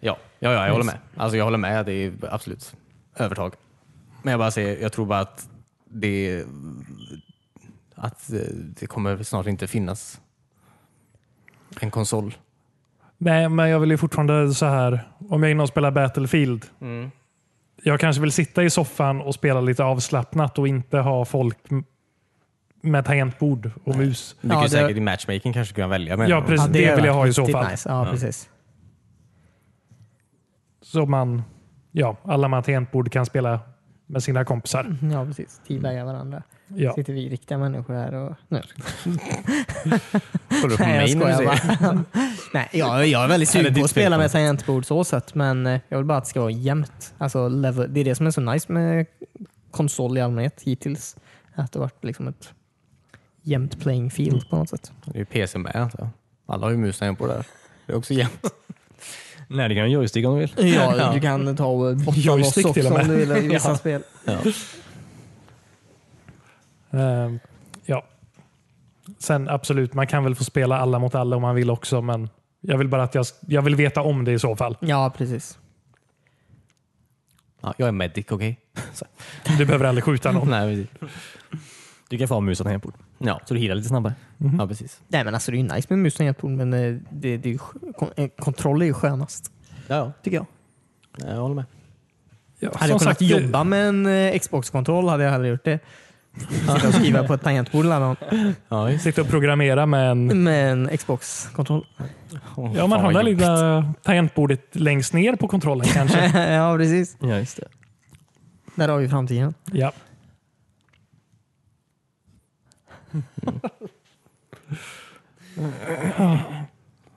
S3: Ja, ja, ja jag håller med. Alltså, jag håller med. Det är absolut övertag. Men jag bara säger, jag tror bara att det, att eh, det kommer snart inte finnas en konsol.
S1: Nej, men jag vill ju fortfarande så här. Om jag är inne och spelar Battlefield. Jag kanske vill sitta i soffan och spela lite avslappnat och inte ha folk m- med tangentbord och mus.
S3: Du kan
S2: Ja,
S3: ju
S2: det-
S3: säkert i matchmaking kanske kunna välja mellan
S1: Ja,
S3: dem.
S1: precis. det
S2: är
S1: vill jag ha i så
S2: riktigt
S1: fall.
S2: Nice. Ja, precis.
S1: Så man, ja, alla med tangentbord kan spela med sina kompisar.
S2: Ja, precis.
S3: Mm.
S2: Teabagga varandra.
S1: Ja.
S2: Sitter vi riktiga människor här och... Nej,
S3: Kollar du på
S2: Nej jag
S3: mig när du
S2: skojar
S3: säger
S2: bara. [LAUGHS] Nej, jag, jag är väldigt sugen på
S3: ditt
S2: att
S3: fel,
S2: spela med
S3: Thomas?
S2: tangentbord så sätt, men eh, jag vill bara att det ska vara jämnt. Alltså, level. Det är det som är så nice med konsol i allmänhet hittills. Att det har varit liksom ett jämnt playing field på något sätt.
S3: det? Det är ju PC med antar jag. Alla har ju musen på där. Det är också jämnt.
S4: Nej, det kan en joystick om du vill.
S2: Ja, [LAUGHS] du kan ta och botta loss
S1: Joystick till
S2: också
S1: och med.
S2: om du vill i vissa spel.
S1: Ehm, ja. Sen absolut, man kan väl få spela alla mot alla om man vill också, men jag vill bara att jag, jag vill veta om det i så fall.
S2: Ja, precis.
S3: Ja, jag är medic, okej?
S1: Du behöver aldrig skjuta någon.
S3: [LAUGHS] Nej, precis.
S4: Du kan få ha mus och tangentbord.
S3: Ja,
S4: Så du healar lite snabbare.
S1: Mhm.
S3: ja, precis.
S2: Nej, men alltså det är ju nice med mus och tangentbord, men eh, det, det är ju, skö- kon- eh, kontroll är ju skönast,
S3: Ja, ja.
S2: tycker jag.
S3: Nej, Jag håller med.
S1: Ja,
S2: Hade jag
S1: som
S2: kunnat
S1: sagt, det-
S2: jobba med en eh, Xbox-kontroll hade jag aldrig gjort det. Sitta och skriva på ett tangentbord eller något.
S3: Ja, just.
S1: Sitta och programmera med en...
S2: med en Xbox-kontroll.
S3: Oh,
S1: Ja, man
S3: fan,
S1: hamnar
S3: vad jobbigt.
S1: lite tangentbordet längst ner på kontrollen kanske.
S2: ja, precis.
S4: Ja, just det.
S2: Där har vi framtiden.
S1: Ja.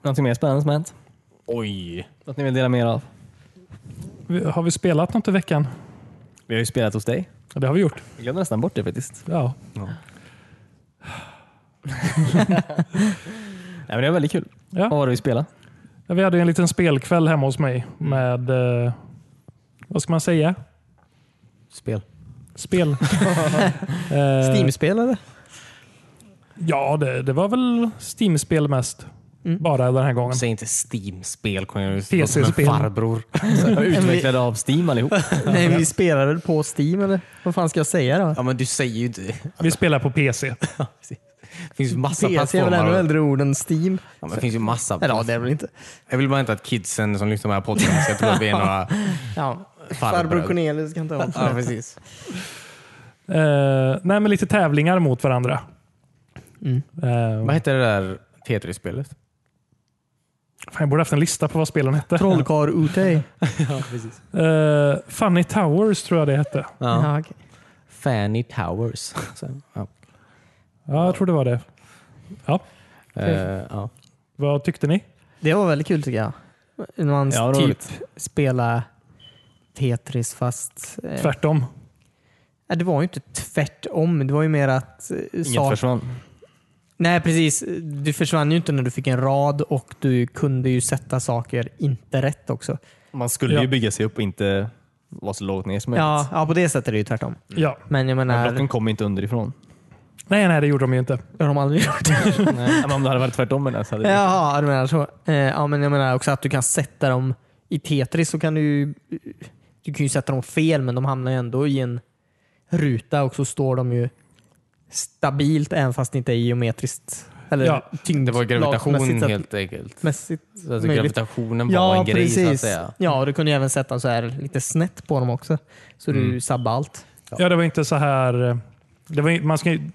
S4: Någonting mer spännande som har hänt?
S3: Oj.
S4: Något ni vill dela med er av?
S1: Vi- Har vi spelat något i veckan?
S4: Vi har ju spelat hos dig.
S1: Ja, det har vi gjort.
S4: Jag glömde nästan bort det faktiskt.
S1: Ja.
S4: Nej, men det var väldigt kul.
S1: Ja.
S4: Vad var det vi spelade?
S1: Ja, Vi hade en liten spelkväll hemma hos mig med, eh, vad ska man säga?
S3: Spel.
S1: Spel. Eh,
S2: Steam-spel
S4: [LAUGHS]
S2: eller?
S1: Ja, det, det var väl Steam-spel mest.
S2: Mm.
S1: Bara den här gången.
S3: Säg inte Steam-spel, kommer jag
S1: PC-spel.
S3: ju som en farbror.
S4: Utvecklade av Steam allihop.
S2: Nej, vi spelar väl på Steam eller? Vad fan ska jag säga då?
S3: Ja, men du säger ju inte...
S1: Vi spelar på Eh, PC.
S3: Det finns ju massa
S2: PC är väl ännu
S3: plattformar.
S2: äldre ord än Steam?
S3: Ja, men det finns ju massa.
S2: Eller ja, det är väl inte.
S3: Jag vill bara inte att kidsen som lyssnar på den här podden ska tro att vi är [LAUGHS] några...
S2: Ja.
S3: Farbröd.
S2: Farbror Cornelius kan ta åt
S3: Ja,
S2: sig.
S3: precis.
S1: Eh, nej, men lite tävlingar mot varandra.
S2: Mm.
S1: Eh,
S3: Vad hette det där Tetris-spelet?
S1: fan, jag borde haft en lista på vad spelen hette.
S2: Trollkarl Utey.
S1: Eh, Funny Towers tror jag det hette.
S2: Ja, okej.
S3: Fanny [LAUGHS] Towers. Så, ja.
S1: Ja, jag tror det var det. Ja,
S3: Eh, ja.
S1: vad tyckte ni?
S2: Det var väldigt kul tycker jag. När man
S4: Ja, det var
S2: typ spela Tetris fast... eh,
S1: Tvärtom.
S2: Nej, det var ju inte tvärtom. Det var ju mer att... eh,
S4: Inget
S2: sak-
S4: försvann.
S2: Nej, precis. Du försvann ju inte när du fick en rad och du kunde ju sätta saker inte rätt också.
S4: Man skulle
S1: Ja.
S4: ju bygga sig upp och inte vara så lågt ner som möjligt.
S2: Ja, ja på det sättet är det ju tvärtom.
S1: Ja.
S2: Men jag
S4: Men
S2: menar,
S4: Blocken kom inte underifrån.
S1: Nej, nej, det gjorde de ju inte.
S2: har de aldrig gjort det?
S4: [LAUGHS] Nej. Men om det hade varit tvärtom med den här så
S2: [LAUGHS]
S4: hade det
S2: Jaha, du menar så. Eh, Ja, men jag menar också att du kan sätta dem i Tetris så kan du ju... Du kan ju sätta dem fel men de hamnar ju ändå i en ruta och så står de ju stabilt även fast det inte är geometriskt. Eller
S1: Ja,
S2: tyngd-
S3: Det var gravitation
S2: lagsmässigt sätt-
S3: helt enkelt.
S2: Mässigt.
S3: Så att
S2: Möjligt.
S3: Alltså, gravitationen var en grej så att säga.
S2: Ja, och du kunde ju även sätta så här lite snett på dem också. Så
S3: Mm.
S2: du sabbade allt.
S1: Ja, det var inte så här... eh, Det var, ju- man ska, ju-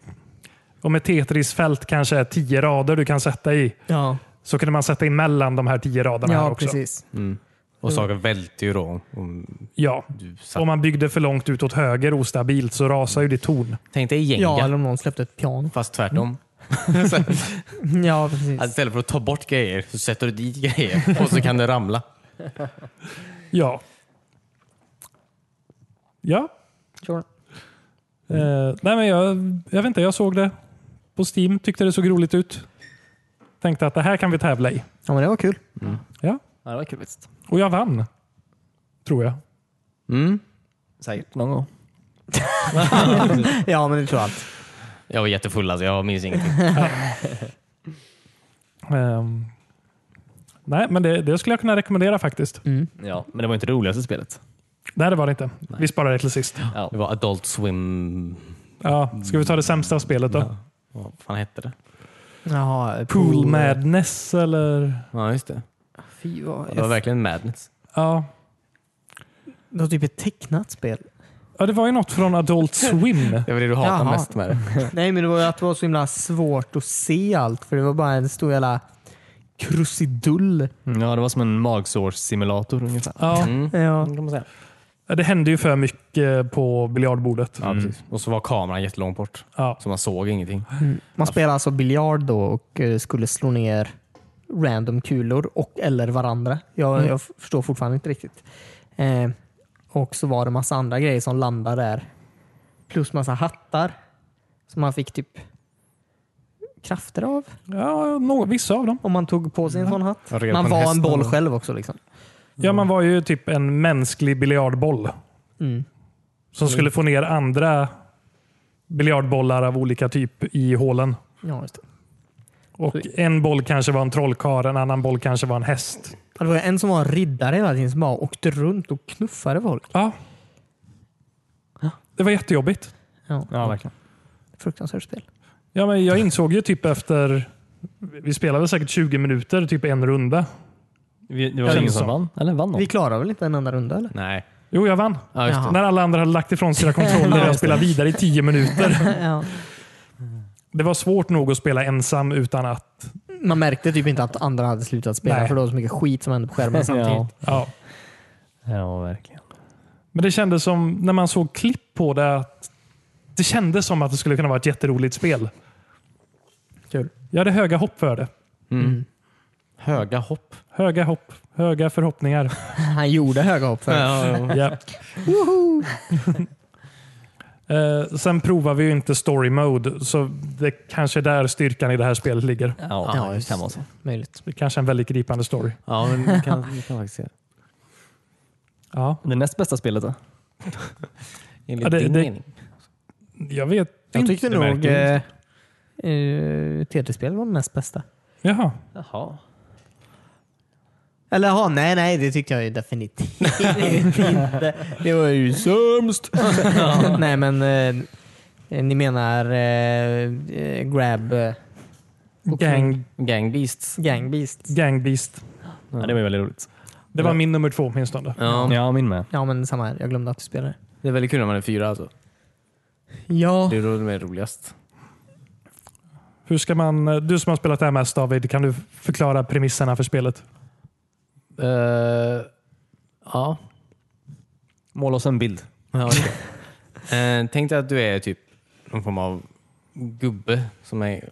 S1: om ett Tetris-fält kanske är tio rader du kan sätta i,
S2: Ja,
S1: så kunde man sätta in mellan de här tio raderna här
S2: ja
S1: också.
S2: precis.
S3: Mm.
S2: Mm.
S3: Och saker välte ju då. om
S1: Ja.
S3: du satt-
S1: Om man byggde för långt ut åt höger ostabilt så rasar ju ditt torn.
S3: Tänk dig Jenga,
S2: Ja, Mm. eller om någon släppte ett piano.
S3: fast tvärtom. [LAUGHS] Så att
S2: [LAUGHS] Ja, precis.
S3: Istället för att ta bort grejer så sätter du dit grejer och så kan det ramla.
S1: Ja. Ja.
S2: Sure.
S1: Eh, nej men jag, jag vet inte, jag såg det på Steam. Tyckte det såg roligt ut. Tänkte att det här kan vi tävla i.
S2: Ja, men det var kul.
S1: Ja.
S4: Ja, det var kul faktiskt.
S1: Och jag vann. Tror jag.
S3: Mm.
S4: Säkert någon gång.
S2: Ja, men det tror jag allt.
S3: Jag var jättefull alltså, jag minns ingenting.
S1: Ehm, nej, men det, det skulle jag kunna rekommendera faktiskt.
S4: Ja, men det var inte det roligaste spelet.
S1: Nej, det var det inte. Vi sparar det till sist.
S3: Det var Adult Swim...
S1: Ja, ska vi ta det sämsta spelet då?
S3: Vad fan hette det?
S2: Jaha,
S1: Pool Madness eller?
S3: Ja, just det.
S2: Fy vad...
S3: Det var verkligen madness.
S1: Ja.
S2: Det var typ ett tecknat spel.
S1: ja, det var ju något från Adult Swim.
S3: Det var det du hatade
S2: Jaha.
S3: mest med det.
S2: Nej, men det var ju att det var så himla svårt att se allt. För det var bara en stor jävla krusidull.
S4: Ja, det var som en magsårssimulator ungefär.
S1: Ja,
S3: Mm.
S2: Ja.
S3: kan man säga.
S1: det hände ju för mycket på biljardbordet.
S3: Ja, precis. Och så var kameran jättelångt bort,
S1: Ja.
S3: så man såg ingenting.
S2: Man spelar alltså biljard då och eh, skulle slå ner random kulor och eller varandra. Jag,
S3: Mm.
S2: jag f- förstår fortfarande inte riktigt. Eh, och så var det massa andra grejer som landade där. Plus massa hattar som man fick typ krafter av
S1: Ja, nå- vissa av dem.
S2: om man tog på sig en sån hatt.
S3: Mm. Jag red på
S2: Man
S3: en
S2: var
S3: häst
S2: en boll
S3: någon gång.
S2: själv också. Liksom.
S1: Ja, man var ju typ en mänsklig biljardboll.
S2: Mm.
S1: Som skulle få ner andra biljardbollar av olika typ i hålen.
S2: Ja, just det.
S1: Och en boll kanske var en trollkarl, en annan boll kanske var en häst.
S2: Ja, det var en som var en riddare hela tiden som bara åkte runt och knuffade folk.
S1: Ja. Det var jättejobbigt.
S2: Ja,
S4: Ja, verkligen.
S2: fruktansvärt spel.
S1: Ja, men jag insåg ju typ efter, vi spelade säkert 20 minuter, typ en runda.
S4: Vi, det
S1: Ja,
S4: var ingen
S1: så.
S4: som vann? Eller vann någon?
S2: Vi klarar väl inte en enda runda eller?
S3: Nej.
S1: Jo, jag vann.
S3: Ja, just det.
S2: Jaha.
S1: När alla andra hade lagt ifrån sina kontroller och jag spelade vidare i 10 minuter.
S2: Ja. [LAUGHS]
S1: Det var svårt nog att spela ensam utan att...
S2: Man märkte typ inte att andra hade slutat spela
S1: Nej.
S2: för det var så mycket skit som hände på
S4: [LAUGHS]
S2: skärmen samtidigt.
S4: Ja.
S1: Ja.
S4: ja, verkligen.
S1: Men det kändes som, när man såg klipp på det, att det kändes som att det skulle kunna vara ett jätteroligt spel.
S2: Kul.
S1: Jag hade höga hopp för det.
S2: Mm.
S3: Höga hopp.
S1: Höga hopp, höga förhoppningar.
S2: Han gjorde höga hopp för ja.
S1: Ja. [LAUGHS] Eh, sen provar vi ju inte story mode, så det kanske är där styrkan i det här spelet ligger.
S4: Ja,
S2: Ja,
S4: det
S2: just
S4: kan vara så.
S2: möjligt.
S1: Det kanske är en väldigt gripande story.
S3: Ja, men det kan, det kan faktiskt se.
S1: Ja.
S4: Det näst bästa spelet då?
S3: Enligt
S1: Ja, det-
S3: din
S1: det-
S3: mening.
S1: Jag vet
S2: Jag
S1: inte.
S2: tyckte
S3: Det
S2: nog
S3: märker
S2: eh, eh, td-spel var den näst bästa.
S1: Jaha.
S3: Jaha.
S2: Eller ja, nej, nej, det tyckte jag ju definitivt inte. Det var ju sämst. nej, men eh, ni menar eh, eh, Grab eh, och
S1: Gang,
S3: Gang Beasts.
S2: gang Beast.
S1: gang Beast.
S4: Ja, det var ju väldigt roligt.
S1: Det var min nummer två åtminstone.
S3: Ja.
S4: Ja, min med.
S2: Ja, men samma här. Jag glömde att du spelade.
S3: Det är väldigt kul när man är fyra alltså.
S2: Ja,
S3: Det är då det är roligast.
S1: Hur ska man, eh, du som har spelat det här mest David, kan du förklara premisserna för spelet?
S3: Eh, ja.
S4: Måla oss en bild.
S3: ja okej. [LAUGHS] Eh, tänk dig att du är typ någon form av gubbe som är,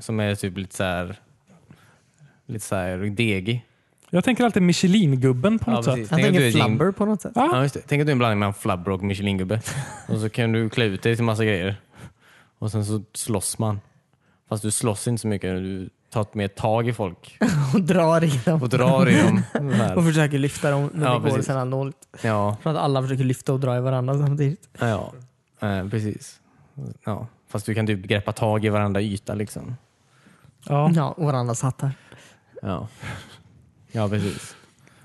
S3: som är typ lite så här lite så här degig.
S1: Jag tänker alltid Michelin-gubben på
S3: Ja,
S1: något
S3: precis.
S1: sätt.
S2: han
S3: tänk att du
S2: tänker
S3: är Jing-
S2: flubber på något sätt.
S1: Ja.
S3: Ja, just det. Tänk att du är en blandning mellan flubber och Michelin-gubbe. [LAUGHS] och så kan du klä ut dig till massa grejer. Och sen så slåss man. Fast du slåss inte så mycket. Du tar mer tag i folk
S2: Och drar i dem.
S3: och drar i dem.
S2: [LAUGHS]
S3: Så
S2: Och
S3: här.
S2: försöker lyfta dem när
S3: Ja,
S2: det går
S3: precis.
S2: sedan dåligt.
S3: Ja,
S2: För att alla försöker lyfta och dra i varandra samtidigt.
S3: ja. Eh, precis. Ja. Fast du kan typ greppa tag i varandra yta liksom.
S1: Ja.
S2: Ja, och varandras hattar.
S3: Ja, ja precis.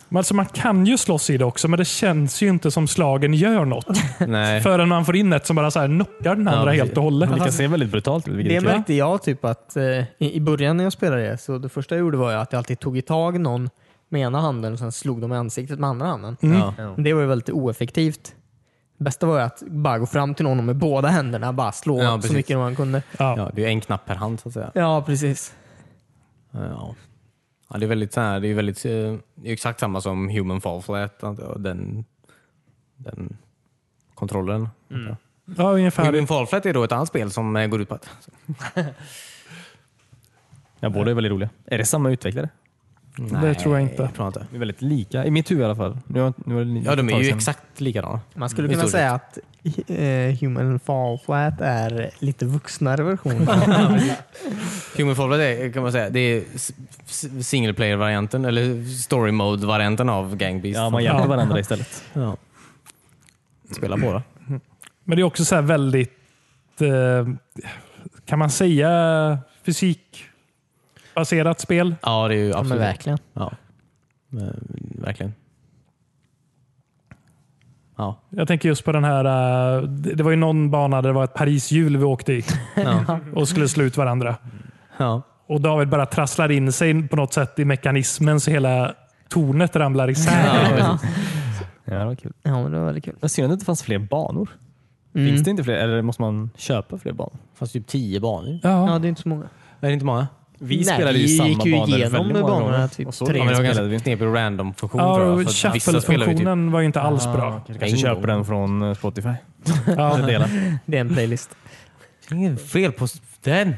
S1: Men alltså man kan ju slåss i det också, men det känns ju inte som slagen gör något.
S3: Nej.
S1: Förrän man får in ett som bara så här knockar den
S3: Ja,
S1: andra
S3: precis.
S1: helt och hållet.
S4: Det kan se väldigt brutalt ut.
S2: Det
S4: vilket är kul.
S2: märkte jag typ att eh, i, i början när jag spelade det, så det första jag gjorde var ju att jag alltid tog i tag någon med ena handen och sen slog dem i ansiktet med andra handen.
S1: Mm.
S3: Ja.
S2: Det var ju väldigt oeffektivt. Det bästa var ju att bara gå fram till någon med båda händerna och bara slå
S3: Ja,
S2: så
S3: precis.
S2: mycket man kunde.
S1: Ja.
S3: ja, det är en knapp per hand så att säga. Eh,
S2: Ja, precis.
S3: Ja. Ja, det är väldigt så här, det är väldigt, eh, det är exakt samma som Human Fall Flat, antar jag. den, den kontrollen. antar jag.
S1: Ja, ungefär.
S3: Human Fall Flat är då ett annat spel som eh, går ut på att...
S4: Ja, båda är väldigt roliga. Är det samma utvecklare?
S1: Det tror jag inte.
S3: Nej, tror jag inte.
S4: De är väldigt lika, i mitt huvud i alla fall. Nu har, nu har det
S3: Ja, de är
S4: tagit
S3: ju
S4: sen.
S3: exakt likadana.
S2: Man skulle
S3: I
S2: kunna
S3: stort
S2: säga att eh, Human Fall Flat är lite vuxnare version. [LAUGHS]
S3: Human Fall Flat är, kan man säga, det är s- s- single player-varianten, eller story mode-varianten av Gang Beasts.
S4: Ja, man hjälper varandra istället.
S3: Ja. [LAUGHS] Spela båda.
S1: Men det är också så här väldigt, eh, kan man säga fysikbaserat spel?
S3: Ja, det är ju
S2: Ja, men
S3: absolut.
S2: verkligen.
S3: Ja, men, verkligen. Ja.
S1: Jag tänker just på den här, eh, det det var ju någon bana där det var ett Parishjul vi åkte i
S3: [LAUGHS] Ja.
S1: [LAUGHS] och skulle slå ut varandra.
S3: ja.
S1: Och David bara trasslar in sig på något sätt i mekanismen så hela tornet ramlar isär.
S3: ja.
S4: Ja, det var kul.
S2: Ja, men det var väldigt kul. Mm.
S4: Men synd att det inte fanns fler banor. Finns det inte fler? Eller måste man köpa fler banor?
S3: Fast typ tio banor.
S1: Ja.
S2: Ja, det är inte så många.
S3: Är det inte många?
S4: Vi
S2: Nej,
S4: spelade ju
S2: vi
S4: samma
S2: gick ju
S4: banor
S2: igenom
S4: väldigt många
S2: banorna
S4: gånger.
S2: typ
S4: Och så
S2: tre
S3: Ja, men det var
S4: spelade
S3: ganska
S4: vi.
S3: knepig random-funktion
S1: Ja,
S3: tror jag.
S1: och
S3: för att vissa spelar ju typ-
S1: Shuffle-funktionen var ju inte alls bra.
S4: Jag kanske köper den från eh, Spotify.
S1: Ja.
S4: Eller delar.
S2: Det är en playlist.
S3: Det är inget fel på s- [LAUGHS] den.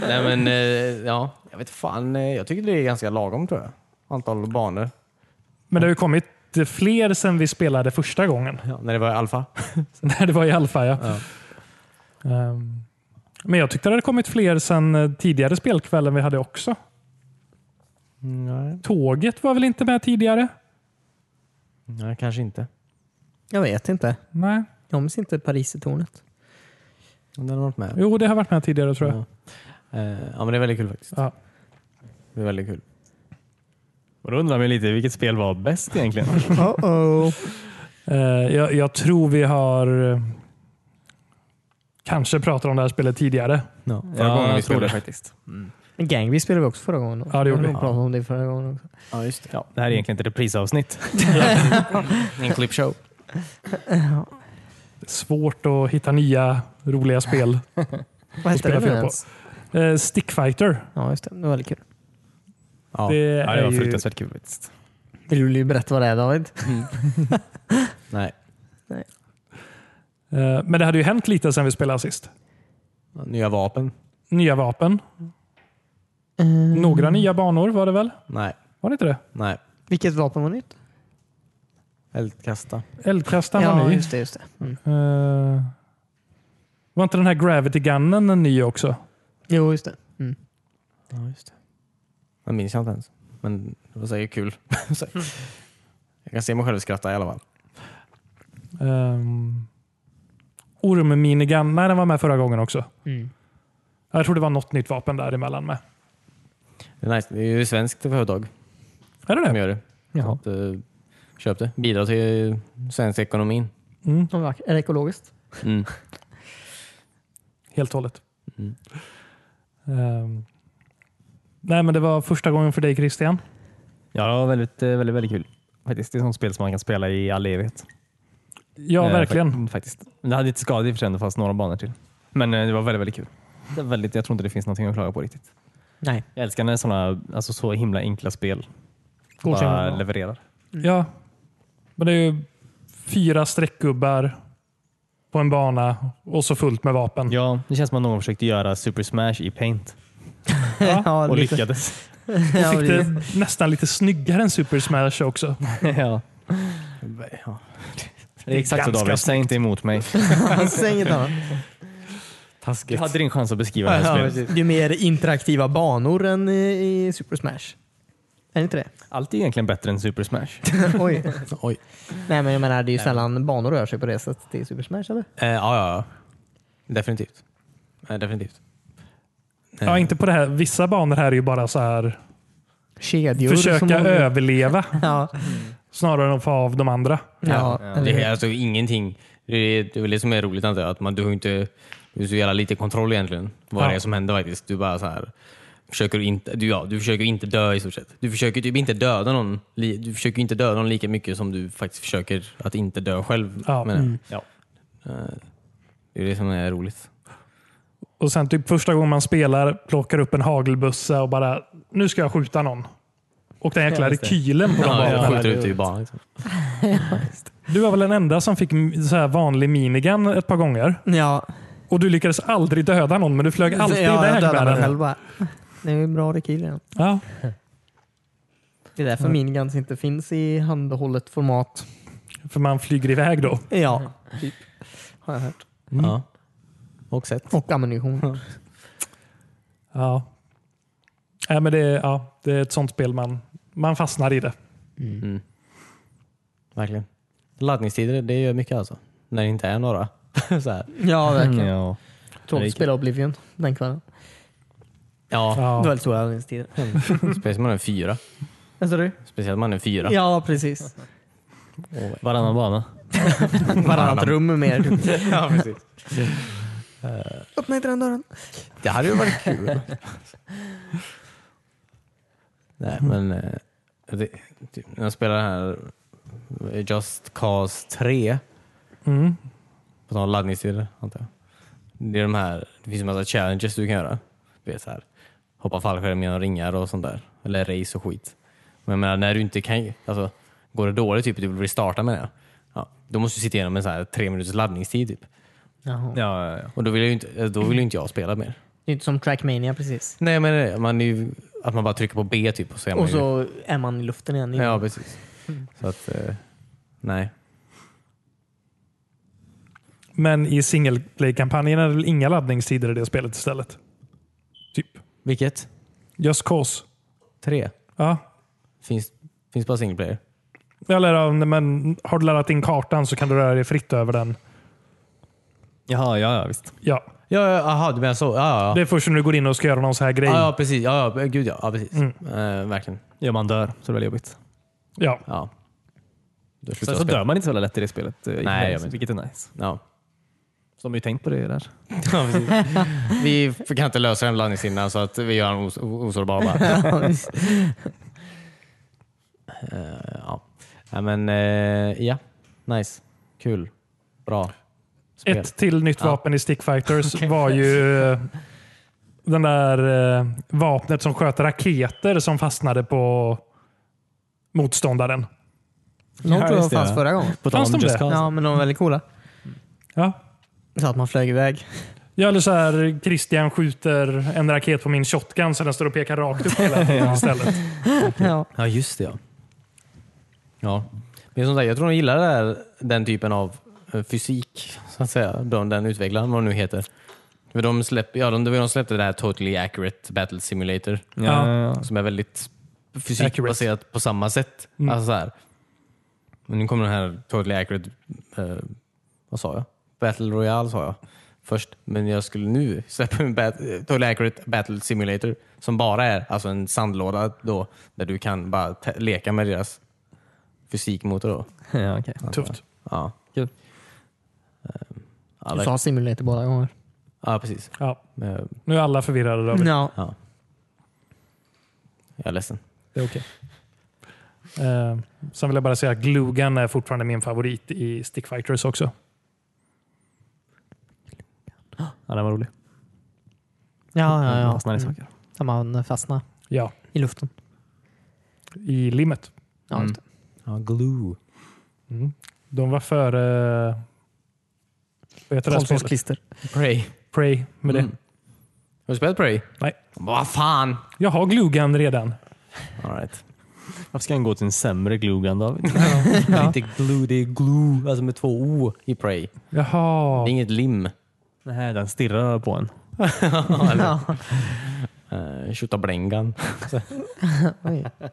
S3: Nej men, eh, ja. Jag vet fan. eh, Jag tycker det är ganska lagom tror jag. Antal banor.
S1: Men det har ju kommit fler sen vi spelade första gången. [LAUGHS]
S3: Ja, när det var alfa.
S1: När det var i Alfa, ja. Ehm, Men jag tyckte det hade kommit fler sen eh, tidigare spelkvällen vi hade också.
S3: Nej.
S1: Tåget var väl inte med tidigare?
S3: Nej, kanske inte.
S2: Jag vet inte.
S1: Nej.
S2: Jag minns inte Parisertornet.
S3: Den har varit med.
S1: Jo, det har varit med tidigare tror jag.
S3: Ja. Eh, Ja men det är väldigt kul faktiskt.
S1: Ja.
S3: Det är väldigt kul.
S4: Och då undrar man ju lite, vilket spel var bäst [LAUGHS] egentligen?
S2: Uh-oh.
S1: Eh, Jag, jag tror vi har eh, kanske pratat om det här spelet tidigare.
S3: Ja, förra gången vi spelade.
S4: faktiskt.
S2: Gangby spelade vi också förra gången.
S1: Ja, det gjorde
S2: vi.
S1: vi.
S2: nog pratat om det förra gången också.
S3: Ja, just det.
S4: Ja, det här är egentligen ett reprisavsnitt.
S3: En clipshow.
S1: Svårt att hitta nya roliga spel.
S2: Vad hette
S1: spelar
S2: det nu
S1: fel på.
S2: ens?
S1: Eh, Stickfighter.
S2: Ja, just det. Det var väldigt kul.
S3: Ja.
S1: Det
S4: Ja, det
S1: är
S4: var
S1: ju...
S4: fruktansvärt kul faktiskt.
S2: Vill du berätta vad det är David?
S3: Nej,
S1: eh, Men det hade ju hänt lite sen vi spelade sist.
S3: nya vapen.
S1: Nya vapen.
S2: Eh,
S1: Några nya banor var det väl?
S3: Nej,
S1: Var det inte det?
S3: nej.
S2: Vilket vapen var nytt?
S3: Eldkasta.
S1: Eldkastaren var
S2: ja,
S1: ny.
S2: just det. Just det. Mm.
S1: Eh, var inte den här Gravity Gunnen en ny också?
S2: Jo, just det. Mm.
S3: Ja, just det. Den minns jag inte ens. [LAUGHS] Men det var säkert kul. Så- jag kan se mig själv skratta i alla fall.
S1: Um, Orm-minigun, nej den var med förra gången också.
S2: Mm.
S1: Jag tror det var något nytt vapen däremellan med.
S3: Det är, nice. det är ju ett svenskt företag
S1: Är det
S3: som
S1: det?
S3: gör det. Så
S2: Jaha.
S3: att, eh, köp det. Bidra till eh, svensk ekonomin.
S1: Mm,
S2: Vad vackert. Är det ekologiskt?
S3: Mm.
S1: helt och hållet.
S3: Mm.
S1: Ehm, nej, men det var första gången för dig Christian.
S4: Ja, det var väldigt, eh, väldigt, väldigt kul. Faktiskt, det är ett sånt spel som man kan spela i all evighet.
S1: Ja,
S4: Eh,
S1: verkligen.
S4: fak- Faktiskt. Det hade inte skadat i och för sig, det fanns några banor till. Men eh, det var väldigt, väldigt kul. Det var väldigt, jag tror inte det finns någonting att klaga på riktigt.
S2: Nej.
S4: Jag älskar när sådana alltså, så himla enkla spel
S1: Går sig
S4: bara
S1: undan.
S4: levererar.
S1: Ja, men det är ju fyra streckgubbar på en bana och så fullt med vapen.
S4: Ja, det känns som att någon försökte göra Super Smash i Paint
S1: Ja,
S2: Ja,
S4: och
S2: lite.
S4: lyckades.
S1: och
S2: [LAUGHS] Ja,
S1: fick
S2: precis.
S1: det nästan lite snyggare än Super Smash också.
S4: ja.
S3: Ja.
S4: Det är exakt så
S1: Ganska
S4: David, säg inte emot mig.
S2: Säg inget [LAUGHS] annat.
S4: Du
S3: Taskigt.
S4: hade din chans att beskriva det här
S3: Ja,
S4: spelet.
S3: precis.
S2: Det är mer interaktiva banor än i, i Super Smash. Är det inte [LAUGHS] det?
S4: Allt är egentligen bättre än Super Smash. [LAUGHS]
S2: Oj.
S3: [LAUGHS] Oj.
S2: Nej men jag menar det är ju sällan banor rör sig på det sättet i Super Smash eller?
S3: Eh, ja, ja, ja. Definitivt. Eh, definitivt. Eh,
S1: Ja, inte på det här. Vissa banor här är ju bara så här
S2: Kedjor. som
S1: försöka
S2: håller-
S1: överleva
S2: Ja.
S1: snarare än att få av de andra.
S2: Ja, eller
S3: Det
S2: hur?
S3: är alltså ingenting. Det är, det är väl det som är roligt antar jag, att man, du har ju inte du har så jävla lite kontroll egentligen. Vad
S1: Ja.
S3: det är som händer faktiskt. Du bara så här, försöker inte, du, ja, du försöker inte dö i stort sett. Du försöker typ inte döda någon. li- Du försöker inte döda någon lika mycket som du faktiskt försöker att inte dö själv.
S1: Ja.
S3: menar jag.
S2: Mm.
S4: Ja.
S3: Eh, Det är det som är roligt.
S1: Och sen typ första gången man spelar plockar upp en hagelbössa och bara nu ska jag skjuta någon. Och den jäkla
S4: Ja, just det.
S1: rekylen på de
S3: Ja,
S1: vapnen.
S3: jag
S4: det
S3: skjuter
S4: är
S3: ut i banan. Liksom.
S1: Du var väl den enda som fick m- så här vanlig minigun ett par gånger.
S2: Ja.
S1: Och du lyckades aldrig döda någon, men du flög alltid
S2: ja, jag
S1: iväg
S2: dödar mig
S1: med
S2: själv
S1: den.
S2: bara. Det är ju en bra rekyl Mm. redan.
S1: Ja.
S2: Det är därför
S1: Ja.
S2: miniguns inte finns i handhållet format.
S1: För man flyger iväg då.
S2: Ja, typ. Har jag hört. Mm.
S3: Ja. Och sett.
S2: Och ammunition.
S1: Ja. Nej, men det, är- ja, det är ett sånt spel man, man fastnar i det.
S3: Mm. Verkligen. Laddningstider, det gör mycket alltså. När det inte är några. [LAUGHS] så här.
S2: Mm. Ja, verkligen.
S4: Ja.
S2: Tråkigt att spela Oblivion den kvällen. Mm.
S3: Ja,
S2: Det
S1: Ja.
S2: var väldigt stora övningstider.
S3: speciellt om man är fyra.
S2: [LAUGHS] Vad sa du?
S3: Speciellt om man är fyra.
S2: Ja, precis.
S4: Varannan bana.
S2: [LAUGHS] Varannat rum mer. [LAUGHS] typ.
S3: Ja, precis.
S2: Eh, Öppna inte den dörren.
S3: Det hade ju varit kul. Nej, men eh, det, typ, när jag spelade den här eh, Just Cause 3,
S1: Mm.
S3: på tal om laddningstider antar jag. Det, är de här, det finns en massa challenges du kan göra. Du vet, så här, hoppa fallskärm genom ringar och sånt där. Eller race och skit. Men jag menar, när du inte kan, alltså, går det dåligt, typ, du vill restarta med det. Ja, då måste du sitta igenom en så här, tre minuters laddningstid. Typ.
S2: Jaha.
S4: Ja, ja, ja.
S3: Och då vill, jag ju inte, eh, då vill ju inte jag spela mer.
S2: Det är inte som Trackmania precis.
S3: Nej men det är det. man är ju, att man bara trycker på B typ och så är man
S2: Och så är man i luften igen.
S3: ju... Ja precis. Så att, eh, nej.
S1: Men i single play-kampanjen är det väl inga laddningstider i det spelet istället? Typ.
S3: Vilket?
S1: Just cause.
S3: Tre?
S1: Ja.
S3: Finns, finns bara single player?
S1: Eller ja, men har du laddat in kartan så kan du röra dig fritt över den.
S4: Jaha, ja, ja, visst.
S1: Ja.
S3: Ja, ja, aha, du menar så. Ja, ja.
S1: Det är först när du går in och ska göra någon så här grej.
S3: Ja, ja precis. Ja, ja, gud ja. ja precis.
S1: Mm.
S3: Eh, verkligen.
S4: Ja, man dör, så det är väldigt jobbigt.
S1: Ja.
S3: Ja. Då
S4: Så,
S3: slutar
S4: så
S3: jag spela.
S4: dör man inte så jävla lätt i det spelet. eh, i
S3: Nej, jag
S4: förhållande,
S3: vet.
S4: vilket är nice.
S3: Ja.
S4: Så de har ju tänkt på det där.
S3: Ja, precis. vi kan inte lösa den laddningssidan så att vi gör den os- osårbar bara. [LAUGHS]
S2: [LAUGHS]
S3: Eh, ja. ja, men eh, ja. Nice. Kul. Bra. Spel.
S1: Ett till nytt
S3: Ja.
S1: vapen i Stick Fighters var ju eh, den där eh, vapnet som sköt raketer som fastnade på motståndaren.
S2: De
S4: Ja,
S2: tror jag
S4: just det,
S2: fanns
S4: ja.
S2: förra gången.
S4: På
S1: tal Fanns om de Just det? Cause.
S2: Ja, men de var väldigt coola.
S1: Ja.
S2: Så att man flög [LAUGHS] iväg.
S1: Ja, eller så här, Christian skjuter en raket på min shotgun så den står och pekar rakt upp hela tiden istället.
S2: Ja.
S3: Ja, just det ja. ja. Men som sagt, jag tror de gillar det här, den typen av eh, fysik, så att säga. De, den utvecklaren, vad den nu heter. För de, släpp, ja, de, de släppte det här Totally Accurate Battle Simulator
S1: Ja.
S4: Ja, ja, ja.
S3: som är väldigt
S1: Mm.
S3: fysikbaserat på samma sätt. Alltså så här. Men nu kommer den här Totally Accurate eh, vad sa jag? Battle Royale sa jag först. Men jag skulle nu släppa en bat- eh, Totally Accurate Battle Simulator som bara är alltså en sandlåda då, där du kan bara te- leka med deras fysikmotor. Då.
S4: [LAUGHS] ja, okej.
S1: Tufft.
S3: Ja.
S4: Kul.
S3: Ehm, Ja,
S2: Du
S3: verk-
S2: sa simulator båda gånger.
S3: ja, precis. Eh,
S1: Ja,
S3: Men,
S1: nu är alla förvirrade.
S2: [LAUGHS]
S1: över det.
S2: Ja.
S3: ja. Jag är ledsen.
S1: Det är okej. Eh, sen vill jag bara säga att Glugan är fortfarande min favorit i Stick Fighters också.
S4: Ja, den var rolig.
S2: Ja, ja,
S4: Den
S2: ja.
S4: Fastnade i
S2: Mm.
S4: saker.
S2: Där man fastnar
S1: Ja,
S2: i luften.
S1: i limmet.
S2: Ja,
S3: Mm.
S2: just det.
S3: Ja, glue.
S1: De var före... eh, Vad heter det här
S2: Karlssons
S1: spelet?
S2: klister.
S3: Prey.
S1: Prey med det.
S3: Mm. Har du spelat Prey?
S1: Nej.
S3: Vad fan!
S1: Jag har Glugan redan.
S3: All [LAUGHS] right.
S4: Varför ska han gå till en sämre Glugan [LAUGHS] David?
S3: Det är inte glue, det är glue. Alltså med två O i Prey.
S1: Jaha.
S3: Det är inget lim.
S4: Nej, den stirrar på en.
S2: [LAUGHS] Ja.
S3: Uh, Skjuta blängan.
S2: Oj.
S4: Ja,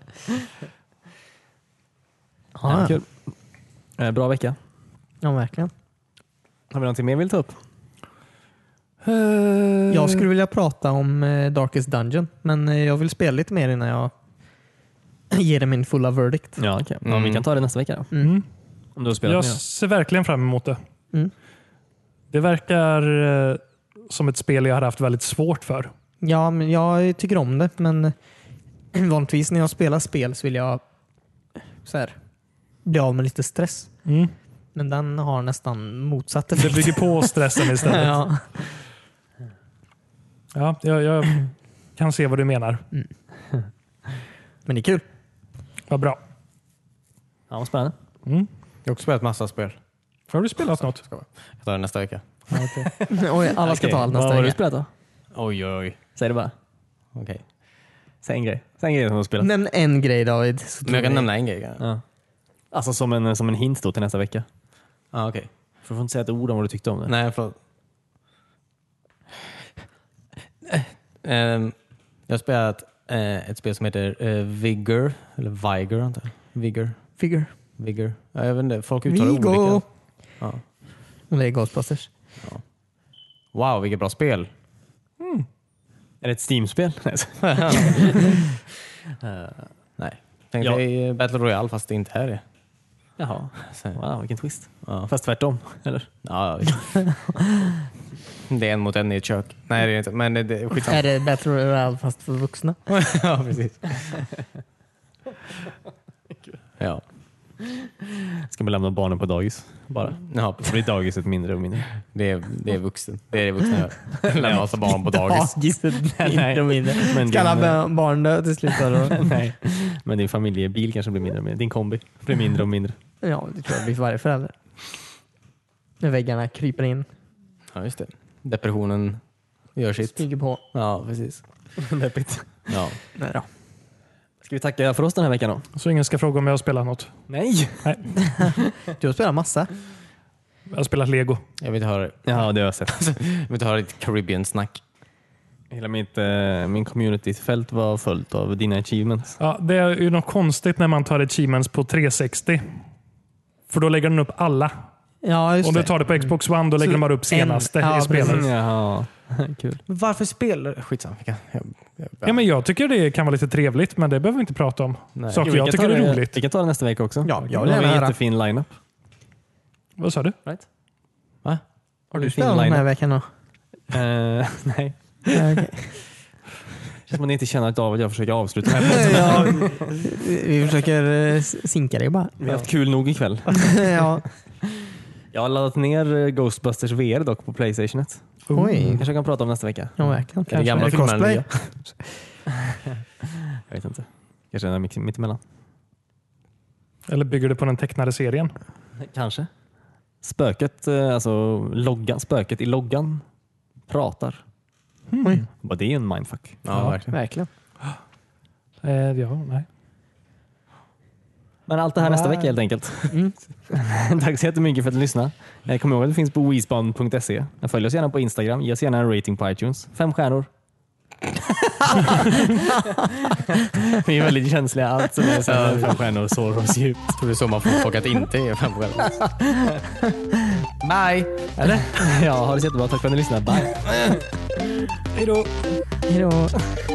S2: Ja, ja.
S4: kul. Eh, bra vecka.
S2: ja, verkligen.
S4: Har vi någonting mer vi vill ta upp? Eh.
S2: Jag skulle vilja prata om eh, Darkest Dungeon, men eh, jag vill spela lite mer innan jag [CLEARS THROAT] ger det min fulla verdict.
S4: Ja, okej. Ja,
S3: Mm.
S4: vi kan ta det nästa vecka då.
S2: Mm.
S4: Om du har spelat
S1: Jag
S4: med
S1: ser verkligen fram emot det.
S2: Mm.
S1: Det verkar eh, som ett spel jag har haft väldigt svårt för.
S2: Ja, men jag tycker om det, men [CLEARS THROAT] vanligtvis när jag spelar spel så vill jag så här, bli av med lite stress. Men den har nästan motsatt
S1: Mm. Det
S2: effekt.
S1: bygger på stressen istället. [LAUGHS] ja.
S2: [LAUGHS] ja.
S1: jag, jag kan se vad du menar.
S2: Men det är kul.
S1: Vad bra. Mm.
S4: Ja, vad spännande.
S3: Jag har också spelat massa spel.
S1: Har du spelat något?
S3: Jag tar det nästa vecka.
S2: [LAUGHS] Oj, alla ska
S4: Okej,
S2: ta allt nästa
S4: Vad har du
S2: vecka.
S4: spelat då?
S3: Oj, oj, oj.
S4: Säg det bara.
S3: Okej.
S4: Säg en grej. Säg en grej som du har spelat.
S2: Nämn en grej David. så
S3: Men
S2: tror
S3: jag kan
S2: vi-
S3: nämna en grej. Ja,
S4: Ja. Alltså som en, som en hint då till nästa vecka.
S3: ah, okej.
S4: För du får inte säga ett ord om vad du tyckte om det.
S3: Nej, förlåt. [LAUGHS] Ehm, jag har spelat eh, ett spel som heter eh, Vigor. Eller Vigor antar jag. Vigor.
S2: Figure.
S3: Vigor. Ja, jag vet inte. Folk uttalar
S2: Vigo.
S3: olika. Ja.
S2: Och det är Ghostbusters.
S3: Wow, vilket bra spel.
S4: Är det ett Steam-spel? [LAUGHS] Nej, så-
S3: Eh, Nej. Tänk
S4: Ja.
S3: dig Battle Royale fast det inte är det.
S4: Jaha.
S3: Så, ja.
S4: Wow, vilken twist.
S3: Ja,
S4: Fast tvärtom, eller?
S3: ja, visst.
S4: [LAUGHS]
S3: det är en mot en i ett kök. Nej, det är inte. Men det- det är skitsamma.
S2: Är det Battle Royale fast för vuxna?
S3: [LAUGHS] ja,
S4: [LAUGHS]
S3: precis. ja.
S4: Ska man lämna barnen på dagis? Bara.
S3: ja,
S4: Då blir dagiset mindre och mindre.
S3: det är, det är vuxen. Det är det vuxna
S4: [LAUGHS]
S3: gör. Lämna massa barn på dagis.
S2: Dagiset.
S4: Nej.
S2: Mindre och mindre.
S4: Men
S2: Ska alla
S4: din, eh,
S2: ba- barn dö till slut? då?
S4: [LAUGHS] Nej. Men din familjebil kanske blir mindre och mindre. Din kombi blir mindre och mindre.
S2: Ja, det tror jag blir för varje förälder. När väggarna kryper in,
S3: Ja, just det. Depressionen gör sitt.
S2: smyger på.
S3: Ja, precis.
S4: [LAUGHS] Deppigt.
S3: Ja.
S2: Nej då.
S4: Ska vi tacka för oss den här veckan då?
S1: Så ingen ska fråga om jag har spelat något.
S4: Nej!
S2: Du har spelat massa.
S1: Jag har spelat lego.
S3: Jag vill inte höra,
S4: Ja, det har jag sett.
S3: jag vill inte höra ditt Caribbean-snack.
S4: Hela mitt, eh, min community-fält var följt av dina achievements.
S1: Ja, det är ju något konstigt när man tar achievements på 360. För då lägger den upp alla.
S2: Ja, just
S1: Om
S2: det.
S1: du tar det på Xbox One, då lägger de bara upp senaste
S2: en- ja,
S1: i spelet.
S2: precis.
S4: Jaha, [LAUGHS] kul.
S3: Varför spelar... Skitsamma. Jag, kan- jag, jag,
S1: Ja, men jag tycker det kan vara lite trevligt, men det behöver vi inte prata om.
S3: Nej.
S1: Saker
S4: Jo, vi
S1: jag
S4: kan
S1: tycker
S4: ta
S1: är
S4: det-
S1: roligt.
S4: Vi kan ta det nästa vecka också.
S2: Ja, jag vill
S4: Då har vi
S2: gärna
S4: en
S2: höra.
S4: jättefin [LAUGHS] line-up.
S1: Vad sa du?
S4: Right?
S3: Va?
S4: Har
S2: du
S4: du
S2: spelat
S4: fin
S2: den här
S4: line-up?
S2: veckan då?
S4: Eh, nej.
S2: Ja, okej.
S4: Det känns som att ni inte känner att David och jag försöker avsluta den här podden.
S2: ja, vi försöker eh, s- sinka dig bara.
S4: Vi har haft kul nog ikväll.
S2: ja.
S4: Jag har laddat ner eh, Ghostbusters VR dock på Playstation 1.
S2: Oj.
S4: kanske kan prata om nästa vecka.
S2: Ja, verkligen.
S3: är det gamla
S2: Är det
S3: filmer eller
S2: cosplay?
S3: nya?
S4: Jag vet inte. Kanske den är mitt, mitt emellan.
S1: Eller bygger du på den tecknade serien?
S4: Kanske. Spöket, eh, alltså loggan, spöket i loggan pratar.
S2: Oj,
S4: Bara det är ju en mindfuck.
S3: Ja, verkligen.
S2: verkligen.
S1: Eh, ja, nej.
S4: Men allt det här nästa vecka helt enkelt.
S2: Mm.
S4: [LAUGHS] Tack så jättemycket för att du lyssnade. Eh, Kom ihåg att vi finns på Eh, [LAUGHS] weesband.se. Följ oss gärna på Instagram. Ge oss gärna en rating på iTunes. Fem stjärnor. Vi är väldigt känsliga. Allt som är så här fem stjärnor sår oss djupt.
S3: Tror du så man får folk att inte är fem stjärnor? Bye!
S4: Eller? Ja, ha det så jättebra. Tack för att ni lyssnade. Bye!
S2: Hejdå.